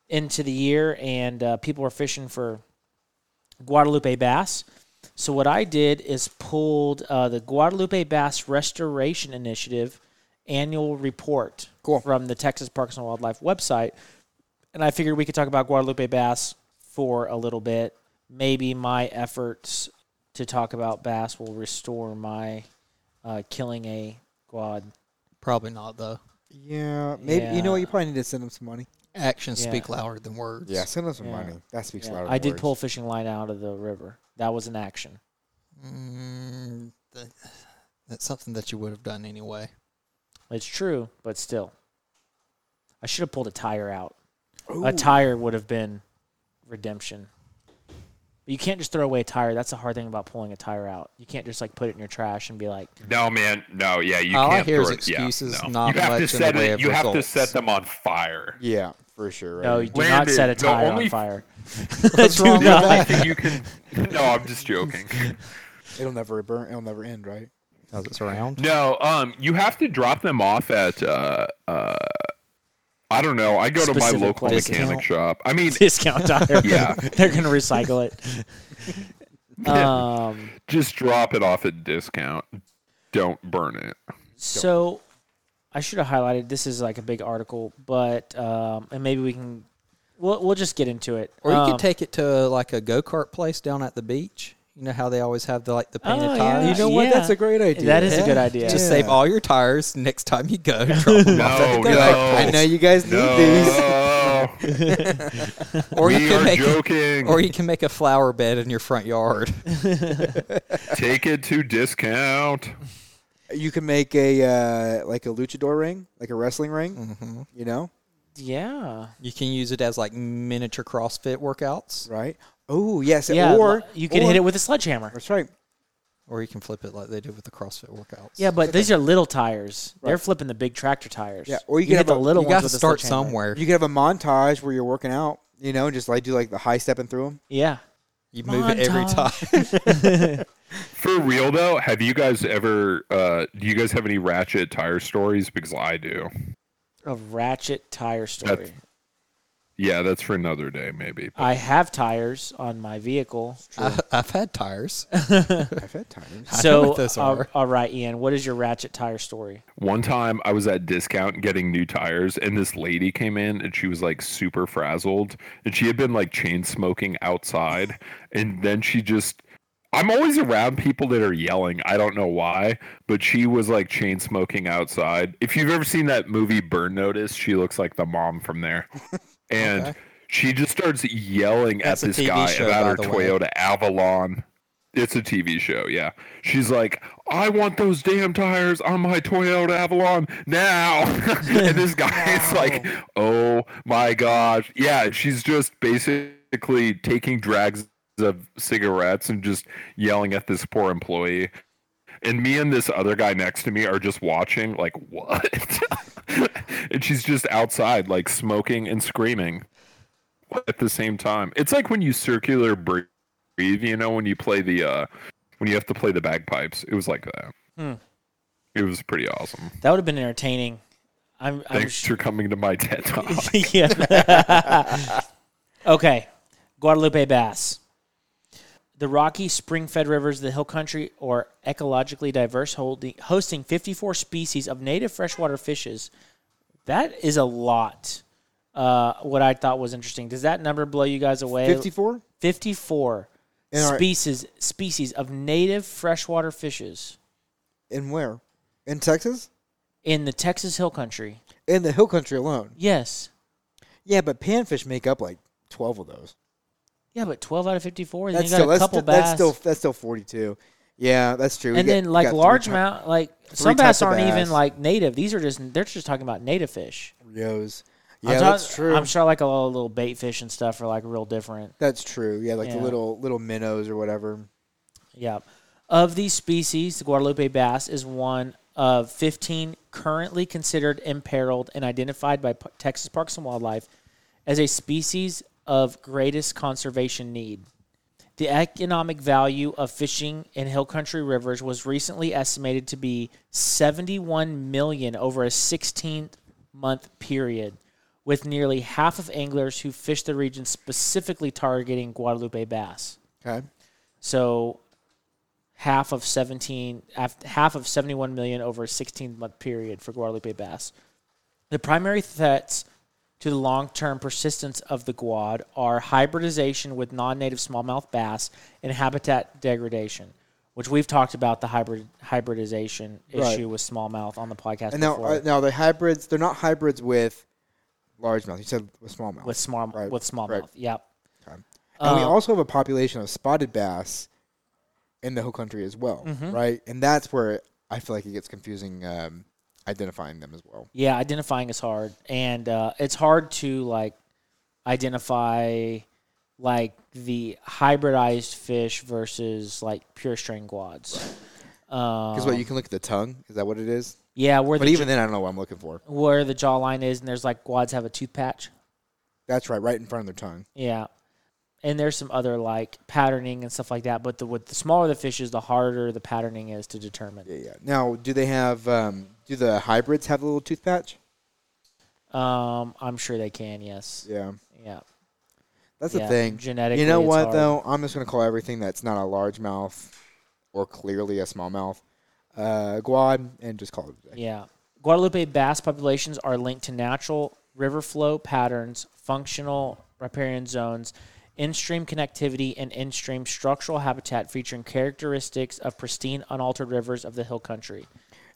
S3: into the year, and uh, people are fishing for Guadalupe bass. So what I did is pulled uh, the Guadalupe Bass Restoration Initiative annual report
S4: Cool.
S3: from the Texas Parks and Wildlife website, and I figured we could talk about Guadalupe bass for a little bit. Maybe my efforts to talk about bass will restore my uh, killing a quad.
S5: Probably not though.
S4: Yeah, maybe you know what? You probably need to send him some money.
S5: Actions
S3: Yeah.
S5: speak louder than words.
S4: Yeah, send him some
S3: Yeah.
S4: money. That speaks
S3: Yeah,
S4: louder.
S3: I
S4: than
S3: did
S4: words.
S3: pull a fishing line out of the river. That was an action.
S5: Mm, that- that's something that you would have done anyway.
S3: It's true, but still, I should have pulled a tire out.
S4: Ooh.
S3: A tire would have been redemption. But you can't just throw away a tire. That's the hard thing about pulling a tire out. You can't just like put it in your trash and be like,
S6: No, man. No, yeah, you
S5: All I
S6: can't
S5: hear is
S6: throw it. Yeah,
S5: excuses,
S6: no.
S5: not
S6: you have
S5: much
S6: to
S5: in the
S6: set
S5: way
S6: it,
S5: of
S6: You have to
S5: results.
S6: set them on fire.
S4: Yeah, for sure. Right?
S3: "No, you do not
S6: Landon,
S3: set a
S6: the
S3: tire on
S6: only-
S3: fire."
S5: What's
S3: Do
S5: wrong with
S3: not.
S5: that?
S6: Think you can? No, I'm just joking.
S4: it'll never burn. It'll never end, right?
S5: How's it's around?
S6: No, um, you have to drop them off at uh, uh, I don't know. I go to my
S3: Specific
S6: local
S3: place.
S6: mechanic shop. I mean,
S3: Discount tire.
S6: Yeah.
S3: they're gonna recycle it. Um,
S6: just drop it off at discount. Don't burn it.
S3: so I should have highlighted this is like a big article, but um, and maybe we can we'll we'll just get into it.
S5: Or you
S3: um,
S5: could take it to like a go kart place down at the beach. You know how they always have the like the painted
S3: Oh,
S5: tires.
S3: yeah.
S4: You know what? That's a great idea.
S3: That is a good idea.
S5: Just
S4: Yeah.
S5: save all your tires next time you go. Drop them off at the go-kart
S6: No, no.
S5: place.
S4: I know you guys need these.
S6: No,
S5: Or you
S6: we
S5: can
S6: are
S5: make
S6: joking.
S5: or you can make a flower bed in your front yard.
S6: Take it to discount.
S4: You can make a uh, like a luchador ring, like a wrestling ring. You know,
S3: yeah,
S5: You can use it as like miniature CrossFit workouts,
S4: right? Oh yes.
S3: yeah.
S4: or
S3: you could
S4: or-
S3: hit it with a sledgehammer.
S4: That's right.
S5: or you can flip it like they did with the CrossFit workouts.
S3: Yeah, but these are little tires. They're flipping the big tractor tires.
S4: Yeah, or you
S3: you
S4: could
S3: hit
S4: have
S3: the
S4: a-
S3: little
S5: you
S3: ones
S5: got to
S3: with a
S5: start
S3: sledgehammer.
S5: somewhere.
S4: You could have a montage where you're working out. You know, and just like do like the high stepping through them.
S3: Yeah,
S5: You move it every time.
S3: Montage.
S6: For real though, have you guys ever? Uh, do you guys have any ratchet tire stories? Because I do.
S3: a ratchet tire story.
S6: That's- Yeah, that's for another day, maybe.
S3: I have tires on my vehicle.
S5: I, I've had tires.
S4: I've had times.
S5: know
S3: So,
S5: what those
S3: uh,
S5: are.
S3: all right, Ian, what is your ratchet tire story?
S6: One time I was at discount getting new tires and this lady came in and she was like super frazzled and she had been like chain smoking outside and then she just I'm always around people that are yelling. I don't know why, but she was like chain smoking outside. If you've ever seen that movie Burn Notice, she looks like the mom from there. And she just starts yelling
S5: That's a
S6: at this
S5: TV
S6: guy
S5: show,
S6: about
S5: by
S6: her
S5: the way.
S6: Toyota Avalon. It's a TV show, yeah. She's like, I want those damn tires on my Toyota Avalon now. and this guy is like, oh my gosh. Yeah, she's just basically taking drags of cigarettes and just yelling at this poor employee. And me and this other guy next to me are just watching, like, what? and she's just outside, like, smoking and screaming at the same time. It's like when you circular breathe, you know, when you play the uh when you have to play the bagpipes. It was like that.
S3: Hmm.
S6: It was pretty awesome.
S3: That would have been entertaining. I'm, I'm
S6: Thanks for coming to my TED talk.
S3: yeah. okay. Guadalupe Bass. The rocky, spring fed rivers of the hill country are ecologically diverse, holding, hosting 54 species of native freshwater fishes. That is a lot. Uh, what I thought was interesting. Does that number blow you guys away?
S4: Fifty four.
S3: 54
S4: And our-
S3: species, species of native freshwater fishes
S4: In where? In Texas?
S3: in the Texas Hill Country.
S4: In the hill country alone.
S3: Yes.
S4: Yeah, but panfish make up like twelve of those.
S3: Yeah, but 12 out of 54. Then
S4: That's
S3: you got
S4: still
S3: a
S4: that's,
S3: couple
S4: still that's
S3: bass.
S4: still that's still forty two. Yeah, that's true. We
S3: and
S4: got-
S3: then like
S4: got three
S3: largemouth, like some
S4: types
S3: bass
S4: of
S3: aren't
S4: bass.
S3: even like native. These are just they're just talking about native fish.
S4: types of Rios.
S3: I'm
S4: Yeah,
S3: sure-
S4: that's true.
S3: I'm sure like a lot of little bait fish and stuff are like real different.
S4: That's true. Yeah, like
S3: Yeah.
S4: the little little minnows or whatever.
S3: Yeah. Of these species, the Guadalupe bass is one of 15 currently considered imperiled and identified by P- Texas Parks and Wildlife as a species of greatest conservation need. The economic value of fishing in hill country rivers was recently estimated to be 71 million over a 16 month period, with nearly half of anglers who fish the region specifically targeting Guadalupe bass.
S4: Okay.
S3: So half of 17 af- half of 71 million over a 16 month period for Guadalupe bass. The primary threats to the long-term persistence of the guad are hybridization with non-native smallmouth bass and habitat degradation, which we've talked about the hybrid hybridization
S4: Right.
S3: issue with smallmouth on the podcast
S4: And now,
S3: before
S4: uh, now the hybrids, they're not hybrids with largemouth. You said with smallmouth.
S3: with small
S4: right,
S3: with smallmouth.
S4: right.
S3: Yep.
S4: and we
S3: uh,
S4: also have a population of spotted bass in the whole country as well,
S3: Mm-hmm.
S4: right? And that's where I feel like it gets confusing um, identifying them as well.
S3: Yeah, identifying is hard, and uh, it's hard to like identify like the hybridized fish versus like pure string quads.
S4: Because what you can look at the tongue. Is that what it is?
S3: Yeah, where Um, the
S4: But even
S3: jaw-
S4: then, I don't know what I'm looking for.
S3: where the jawline is, and there's like quads have a tooth patch.
S4: That's right, right in front of their tongue.
S3: Yeah, and there's some other like patterning and stuff like that. But the with the smaller the fish is, the harder the patterning is to determine.
S4: Yeah, yeah. Now, do they have? Um, do the hybrids have a little tooth patch?
S3: Um, I'm sure they can. Yes.
S4: Yeah,
S3: Yeah.
S4: that's
S3: Yeah,
S4: the thing.
S3: genetically,
S4: you know
S3: it's
S4: what
S3: hard.
S4: though? I'm just gonna call everything that's not a largemouth or clearly a smallmouth uh, guad, and just call it a day.
S3: Yeah. Guadalupe bass populations are linked to natural river flow patterns, functional riparian zones, in stream connectivity, and in stream structural habitat featuring characteristics of pristine, unaltered rivers of the hill country.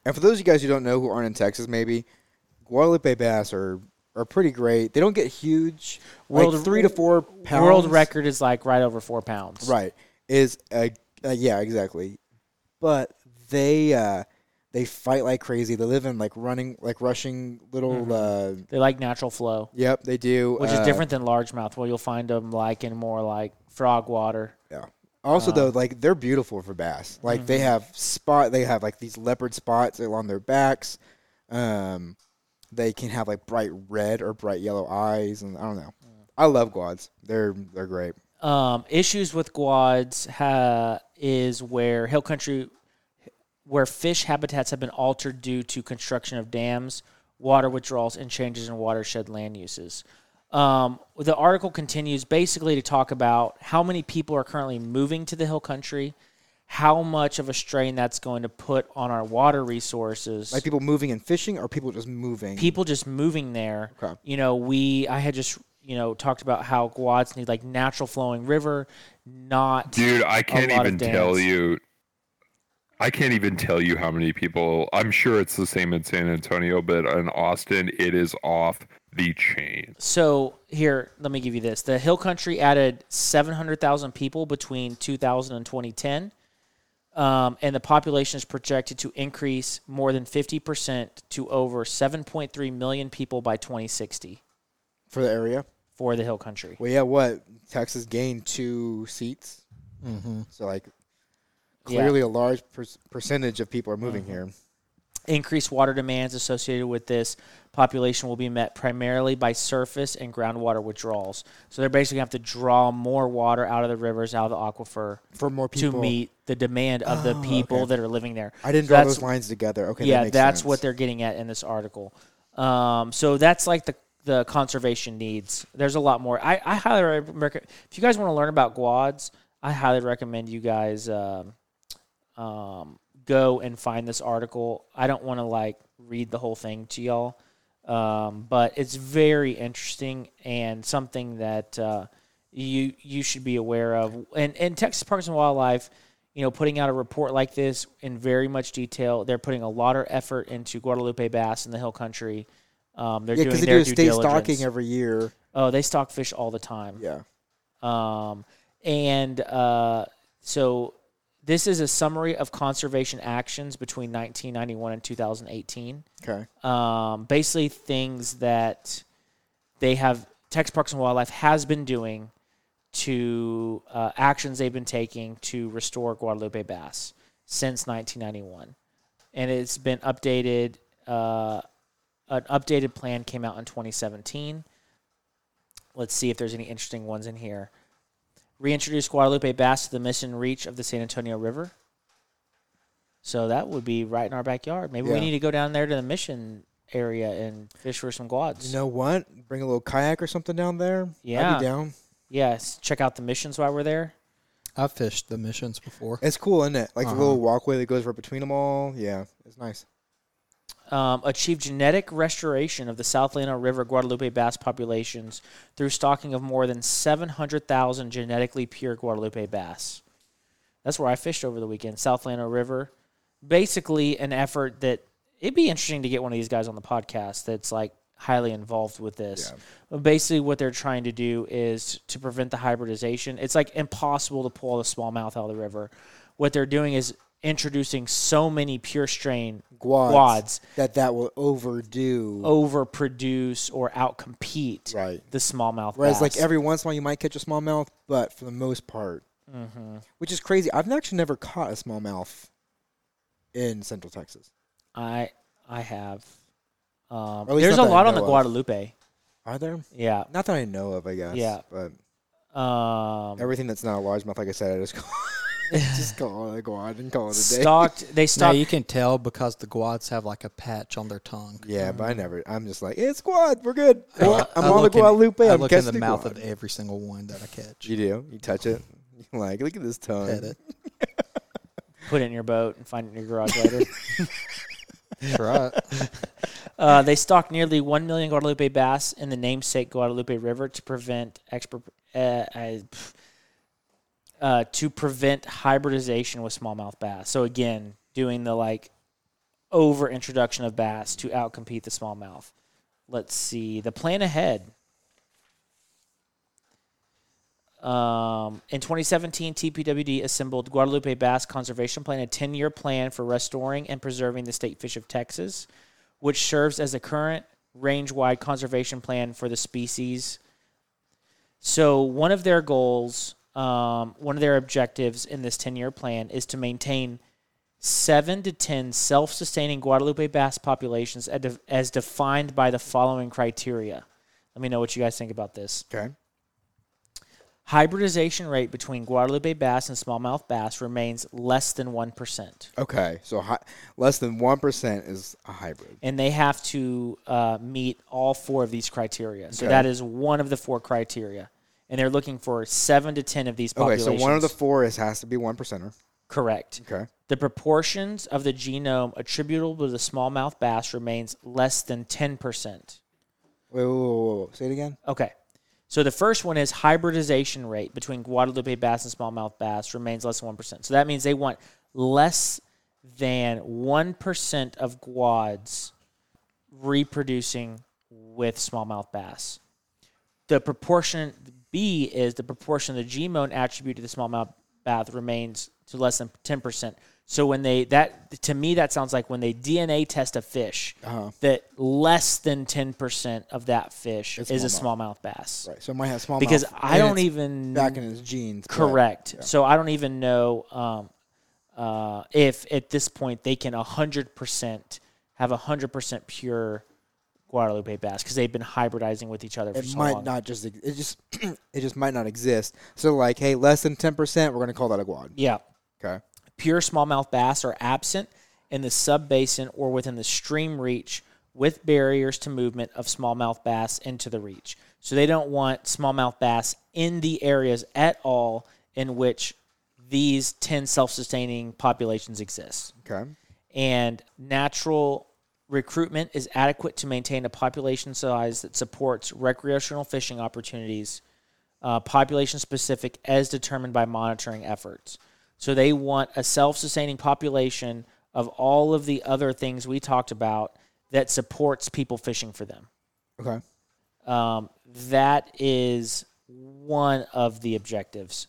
S4: And for those of you guys who don't know who aren't in Texas, maybe Guadalupe bass are are pretty great. They don't get huge, like three to four pounds.
S3: World record is like right over four pounds.
S4: right? Is uh, uh, yeah, exactly. But they uh, they fight like crazy. They live in like running, like rushing little. Uh,
S3: They like natural flow,
S4: yep, they do,
S3: Mm-hmm. which
S4: uh,
S3: is different than largemouth, where you'll find them like in more like frog water.
S4: Yeah. Also, though,
S3: Um,
S4: like they're beautiful for bass. Like they
S3: mm-hmm.
S4: have spot, they have like these leopard spots along their backs. Um, they can have like bright red or bright yellow eyes, and I don't know.
S3: Mm.
S4: I love quads. They're they're great.
S3: um, issues with quads ha- is where hill country where fish habitats have been altered due to construction of dams water withdrawals and changes in watershed land uses um, the article continues basically to talk about how many people are currently moving to the hill country how much of a strain that's going to put on our water resources
S4: Like people moving and fishing, or people just moving.
S3: people just moving there.
S4: Okay.
S3: You know, we I had just you know talked about how Guads need like natural flowing river, not
S6: Dude, I
S3: a
S6: can't
S3: lot of
S6: even tell
S3: dams.
S6: you. I can't even tell you how many people. I'm sure it's the same in San Antonio, but in Austin, it is off the chain.
S3: So here, let me give you this: the Hill Country added seven hundred thousand people between two thousand and twenty ten. Um, and the population is projected to increase more than 50% to over 7.3 million people by 2060
S4: for the area.
S3: for the hill country.
S4: Well, yeah. What Texas gained two seats, mm-hmm. so like clearly a large per- percentage of people are moving
S3: Mm-hmm.
S4: here.
S3: Increased water demands associated with this population will be met primarily by surface and groundwater withdrawals. So they're basically going to have to draw more water out of the rivers, out of the aquifer
S4: For more
S3: to
S4: people. Oh,
S3: meet the demand of the people that are living there.
S4: I didn't
S3: So
S4: draw
S3: that's-
S4: those lines together. Okay,
S3: yeah,
S4: that makes
S3: that's
S4: sense.
S3: what they're getting at in this article. Um, so that's like the the conservation needs. There's a lot more. I, I highly recommend if you guys want to learn about quads, I highly recommend you guys um, um, go and find this article. I don't want to like read the whole thing to y'all, um, but it's very interesting and something that uh, you you should be aware of. And and Texas Parks and Wildlife, you know, putting out a report like this in very much detail. They're putting a lot of effort into Guadalupe bass in the Hill Country. Um, they're
S4: yeah,
S3: doing
S4: because they
S3: their
S4: do a
S3: due
S4: state
S3: diligence.
S4: stocking every year.
S3: oh, they stock fish all the time.
S4: Yeah.
S3: Um, and uh, so this is a summary of conservation actions between 1991 and 2018.
S4: Okay.
S3: Um, basically, things that they have Texas Parks and Wildlife has been doing to uh, actions they've been taking to restore Guadalupe bass since 1991, and it's been updated. Uh, an updated plan came out in 2017. Let's see if there's any interesting ones in here. Reintroduce Guadalupe bass to the mission reach of the San Antonio River. So that would be right in our backyard. Maybe we
S4: Yeah.
S3: need to go down there to the mission area and fish for some quads.
S4: You know what? Bring a little kayak or something down there. I'd
S3: Yeah.
S4: be down.
S3: Yes, check out the missions while we're there.
S5: I've fished the missions before.
S4: It's cool, isn't it? Like
S5: Uh-huh.
S4: the little walkway that goes right between them all. Yeah, it's nice.
S3: Um, achieve genetic restoration of the South Llano River Guadalupe bass populations through stocking of more than 700,000 genetically pure Guadalupe bass. That's where I fished over the weekend, South Llano River. Basically, an effort that it'd be interesting to get one of these guys on the podcast that's like highly involved with this. But Basically, what they're trying to do is to prevent the hybridization. It's like impossible to pull the smallmouth out of the river. What they're doing is introducing so many pure strain
S4: Quads.
S3: quads Oh,
S4: That that will overdo.
S3: overproduce or outcompete
S4: Right.
S3: the smallmouth.
S4: Whereas, like
S3: bass.
S4: every once in a while, you might catch a smallmouth, but for the most part,
S3: Mm-hmm.
S4: which is crazy. I've actually never caught a smallmouth in Central Texas.
S3: I I have. Um,
S4: Or at least
S3: there's a
S4: not that I
S3: lot on the
S4: know of.
S3: Guadalupe.
S4: Are there?
S3: Yeah.
S4: Not that I know of, I guess.
S3: Yeah.
S4: But
S3: Um,
S4: everything that's not a largemouth, like I said, I just call, just call it a quad and call it a day.
S3: stocked. They
S5: Now
S3: stocked.
S5: you can tell because the guads have like a patch on their tongue. Uh,
S4: Yeah, but I never. I'm just like it's quad. We're good.
S5: I-
S4: Well, I'm
S5: I
S4: on the
S5: look in-
S4: Guadalupe.
S5: I
S4: I'm
S5: look
S4: catching
S5: in the mouth
S4: quad.
S5: of every single one that I catch.
S4: You do. You touch it. You're like, look at this tongue.
S5: Pet it.
S3: put it in your boat and find it in your garage later.
S5: That's right.
S3: Uh, they stocked nearly 1 million Guadalupe bass in the namesake Guadalupe River to prevent expert, uh, uh, pff, uh, to prevent hybridization with smallmouth bass. So again, doing the like over introduction of bass to outcompete the smallmouth. Let's see the plan ahead. Um, in 2017, TPWD assembled Guadalupe Bass Conservation Plan, a 10-year plan for restoring and preserving the state fish of Texas which serves as the current range wide conservation plan for the species. So, one of their goals, um, one of their objectives in this 10 year plan is to maintain seven to 10 self sustaining Guadalupe bass populations as, def- as defined by the following criteria. Let me know what you guys think about this.
S4: Okay.
S3: Hybridization rate between Guadalupe bass and smallmouth bass remains less than 1%.
S4: Okay. So hi- less than one percent is a hybrid.
S3: and they have to uh, meet all four of these criteria. So
S4: Okay.
S3: that is one of the four criteria, and they're looking for seven to ten of these
S4: Okay.
S3: populations.
S4: So one of the four is has to be one percenter.
S3: correct.
S4: Okay.
S3: The proportions of the genome attributable to the smallmouth bass remains less than ten percent.
S4: Wait, wait, wait, wait, wait. Say it again.
S3: Okay. So the first one is hybridization rate between Guadalupe bass and smallmouth bass remains less than 1%. So that means they want less than 1% of guads reproducing with smallmouth bass. The proportion B is the proportion of the genome attribute to the smallmouth bass remains to less than 10%. So when they that to me that sounds like when they DNA test a fish that less than 10% of that fish
S4: It's
S3: is a
S4: smallmouth.
S3: smallmouth bass.
S4: Right. So it might have small
S3: Because
S4: mouth, and
S3: I don't
S4: it's
S3: even
S4: back in his genes. but-
S3: correct. So I don't even know um, uh, if at this point they can hundred percent have hundred percent pure Guadalupe bass because they've been hybridizing with each other for
S4: It
S3: so
S4: might
S3: long.
S4: not just. ex- It just. it just might not exist. So like, hey, less than ten percent, we're gonna call that a quad.
S3: Yeah,
S4: Okay.
S3: pure smallmouth bass are absent in the subbasin or within the stream reach with barriers to movement of smallmouth bass into the reach. So they don't want smallmouth bass in the areas at all in which these 10 self-sustaining populations exist.
S4: Okay.
S3: and natural recruitment is adequate to maintain a population size that supports recreational fishing opportunities, uh, population specific as determined by monitoring efforts. So they want a self sustaining population of all of the other things we talked about that supports people fishing for them.
S4: Okay.
S3: Um, that is one of the objectives.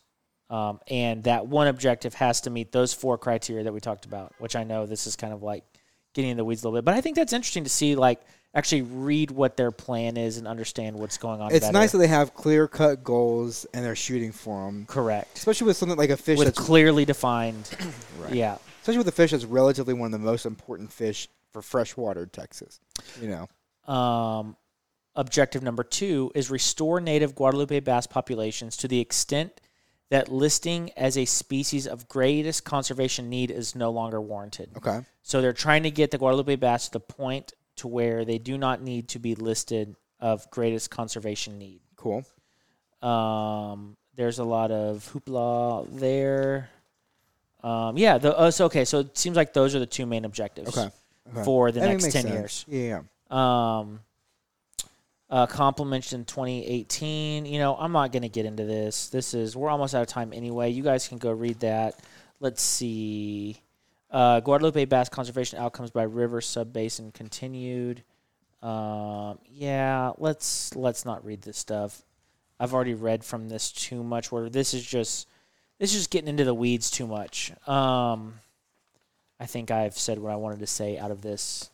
S3: Um, and that one objective has to meet those four criteria that we talked about, which I know this is kind of like getting in the weeds a little bit. But I think that's interesting to see, like, actually read what their plan is and understand what's going on.
S4: It's
S3: better.
S4: nice that they have clear cut goals and they're shooting for them,
S3: Correct.
S4: especially with something like a fish
S3: With
S4: that's
S3: clearly defined. Yeah.
S4: especially with a fish that's relatively one of the most important fish for freshwater Texas. You know,
S3: um, objective number two is restore native Guadalupe bass populations to the extent that listing as a species of greatest conservation need is no longer warranted.
S4: okay,
S3: So they're trying to get the Guadalupe bass to the point to where they do not need to be listed of greatest conservation need.
S4: cool.
S3: Um, there's a lot of hoopla there. Um, yeah. The, oh, so okay. So it seems like those are the two main objectives
S4: Okay, okay.
S3: for the
S4: I think it
S3: next
S4: makes
S3: ten
S4: sense.
S3: years
S4: Yeah, yeah.
S3: um, uh, compliments in 2018. You know, I'm not going to get into this. This is, we're almost out of time anyway. You guys can go read that. Let's see. Uh, Guadalupe Bass Conservation Outcomes by River Subbasin continued. Um, yeah, let's let's not read this stuff. I've already read from this too much. Where this is just this is just getting into the weeds too much. Um, I think I've said what I wanted to say out of this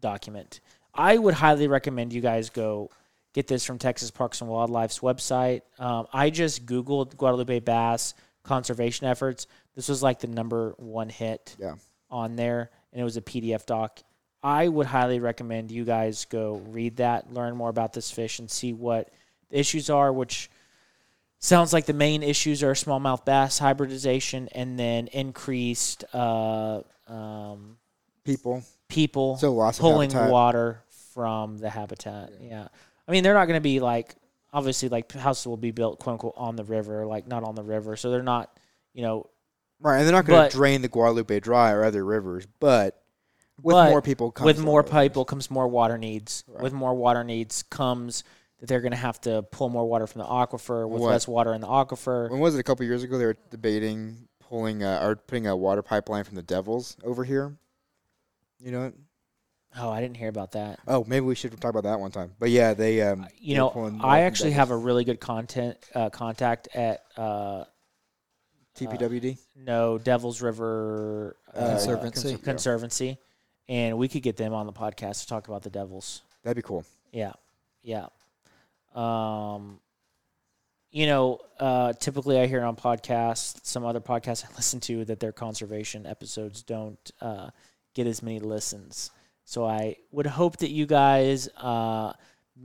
S3: document. I would highly recommend you guys go get this from Texas Parks and Wildlife's website. Um, I just Googled Guadalupe bass conservation efforts. This was like the number one hit
S4: Yeah.
S3: on there, and it was a PDF doc. I would highly recommend you guys go read that, learn more about this fish, and see what the issues are, which sounds like the main issues are smallmouth bass hybridization and then increased uh, um,
S4: People,
S3: people
S4: So loss of
S3: pulling
S4: habitat.
S3: water from the habitat. Yeah. I mean, they're not going to be like, obviously, like houses will be built, quote unquote, on the river, like not on the river. So they're not, you know,
S4: right? And they're not going
S3: But-
S4: to drain the Guadalupe Dry or other rivers, but with
S3: But
S4: more people, comes
S3: with
S4: the
S3: more
S4: water.
S3: people comes more water needs. With more water needs comes that they're going to have to pull more water from the aquifer with
S4: What?
S3: less water in the aquifer.
S4: When was it? A couple years ago, they were debating pulling uh, or putting a water pipeline from the Devils over here. You know, it?
S3: Oh, I didn't hear about that.
S4: oh, maybe we should talk about that one time. But yeah, they. Um,
S3: you
S4: they were
S3: know,
S4: pulling water
S3: I
S4: from
S3: actually
S4: Devils.
S3: have a really good content uh, contact at uh,
S4: TPWD.
S3: no Devil's River uh,
S5: Conservancy.
S3: Conservancy, and we could get them on the podcast to talk about the Devils.
S4: That'd be cool.
S3: Yeah, yeah. Um, you know, uh, typically I hear on podcasts, some other podcasts I listen to, that their conservation episodes don't uh, get as many listens. So I would hope that you guys uh,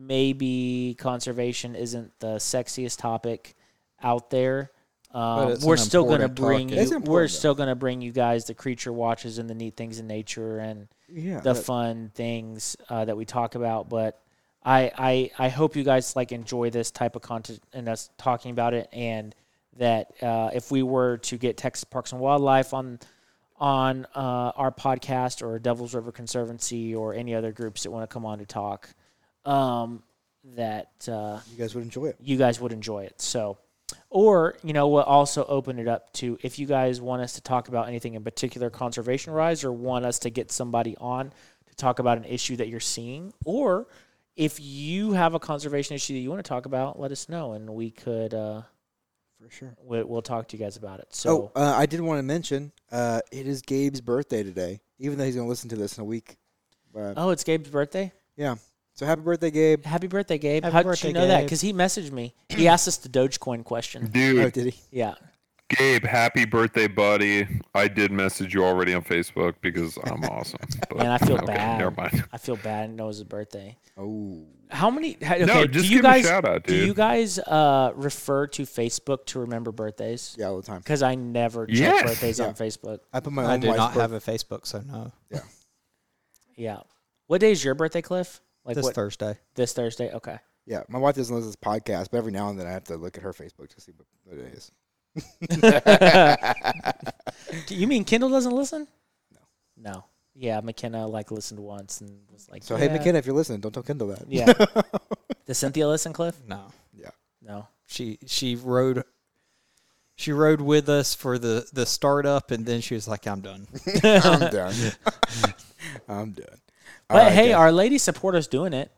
S3: maybe conservation isn't the sexiest topic out there. Um,
S5: it's
S3: we're
S5: an
S3: still going to bring
S5: important topic.
S3: you.
S4: It's
S3: We're
S4: important, though.
S3: still going to bring you guys the creature watches and the neat things in nature and
S4: Yeah.
S3: the fun things uh, that we talk about. But I, I I hope you guys like enjoy this type of content and us talking about it, and that uh, if we were to get Texas Parks and Wildlife on on uh, our podcast or Devil's River Conservancy or any other groups that want to come on to talk, um, that. Uh,
S4: you guys would enjoy it.
S3: you guys would enjoy it. So, or you know, we'll also open it up to if you guys want us to talk about anything in particular, conservation wise, or want us to get somebody on to talk about an issue that you're seeing, or if you have a conservation issue that you want to talk about, let us know, and we could uh,
S4: For sure.
S3: we, we'll talk to you guys about it. So,
S4: oh, uh, I did want to mention uh, it is Gabe's birthday today, even though he's going to listen to this in a week. But,
S3: oh, it's Gabe's birthday.
S4: yeah. So happy birthday, Gabe.
S3: Happy birthday, Gabe!
S5: Happy
S3: How did
S5: birthday,
S3: you know that?
S5: Gabe.
S3: Because he messaged me. He asked us the Dogecoin question.
S4: Oh,
S6: Dude,
S4: did he?
S3: Yeah.
S6: Gabe, happy birthday, buddy. I did message you already on Facebook because I'm awesome. But,
S3: Man, I feel
S6: okay,
S3: bad.
S6: Never mind.
S3: I feel bad. I didn't know it was his birthday.
S4: Oh,
S3: How many? ha- Okay,
S6: No, just
S3: do you
S6: give 'em a
S3: guys,
S6: shout-out,
S3: Do you
S6: dude.
S3: guys uh, refer to Facebook to remember birthdays?
S4: yeah, all the time.
S3: Because I never check
S6: Yes.
S3: birthdays
S4: Yeah.
S3: on Facebook.
S4: I put my
S5: I
S4: own
S5: do
S4: wife's
S5: not
S4: birth-
S5: have a Facebook, so no.
S3: Yeah. What day is your birthday, Cliff? Like
S5: this
S3: what?
S5: Thursday.
S3: this Thursday. Okay.
S4: Yeah, my wife doesn't listen to this podcast, but every now and then I have to look at her Facebook to see what- what it is.
S3: Do You mean Kendall doesn't listen? No. No. Yeah, McKenna like listened once and was like.
S4: So,
S3: yeah.
S4: hey, McKenna, if you're listening, don't tell Kendall that.
S3: Yeah. Does Cynthia listen, Cliff?
S5: No.
S3: No.
S5: She she rode she rode with us for the the startup and then she was like, I'm done.
S4: I'm done. I'm done. All
S3: But
S4: right,
S3: hey,
S4: Gabe.
S3: our lady supporters doing it.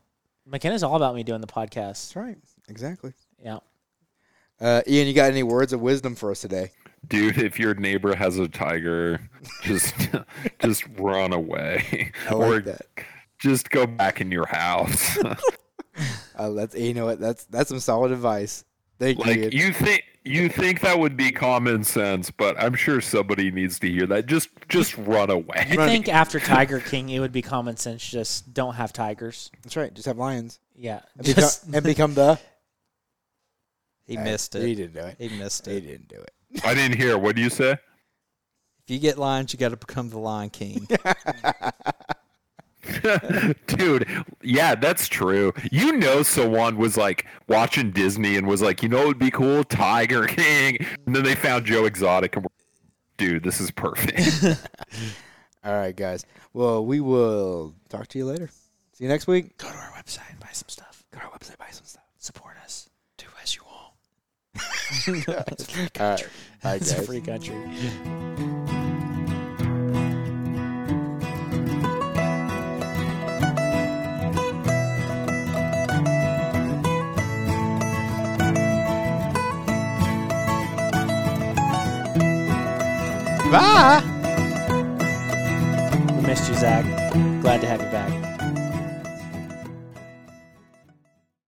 S3: McKenna's all about me doing the podcast.
S4: That's right. Exactly.
S3: Yeah.
S4: Uh, Ian, you got any words of wisdom for us today?
S6: dude, if your neighbor has a tiger, just just run away.
S4: I like that.
S6: just go back in your house.
S4: Uh, that's you know what that's that's some solid advice. Thank you.
S6: like
S4: Ian.
S6: you think you think that would be common sense, but I'm sure somebody needs to hear that. Just just run away.
S3: You think after Tiger King, it would be common sense just don't have tigers?
S4: That's right. Just have lions
S3: Yeah,
S4: and,
S3: just
S4: become, and become the.
S5: He missed
S4: He
S5: it.
S4: didn't do it.
S5: He missed
S4: He
S5: it.
S4: didn't do it.
S6: I didn't hear. What do you say?
S5: If you get lions, you got to become the Lion King.
S6: Dude, yeah, that's true. You know, someone was like watching Disney and was like, you know, it would be cool, Tiger King. And then they found Joe Exotic and were, dude, this is perfect.
S4: All right, guys. Well, we will talk to you later. See you next week.
S5: Go to our website, buy some stuff.
S4: Go to our website, buy some stuff.
S5: Support us. Do as you want.
S4: All right. Bye,
S3: it's a
S4: guys.
S3: free country.
S4: Bye.
S3: We missed you, Zach. Glad to have you back.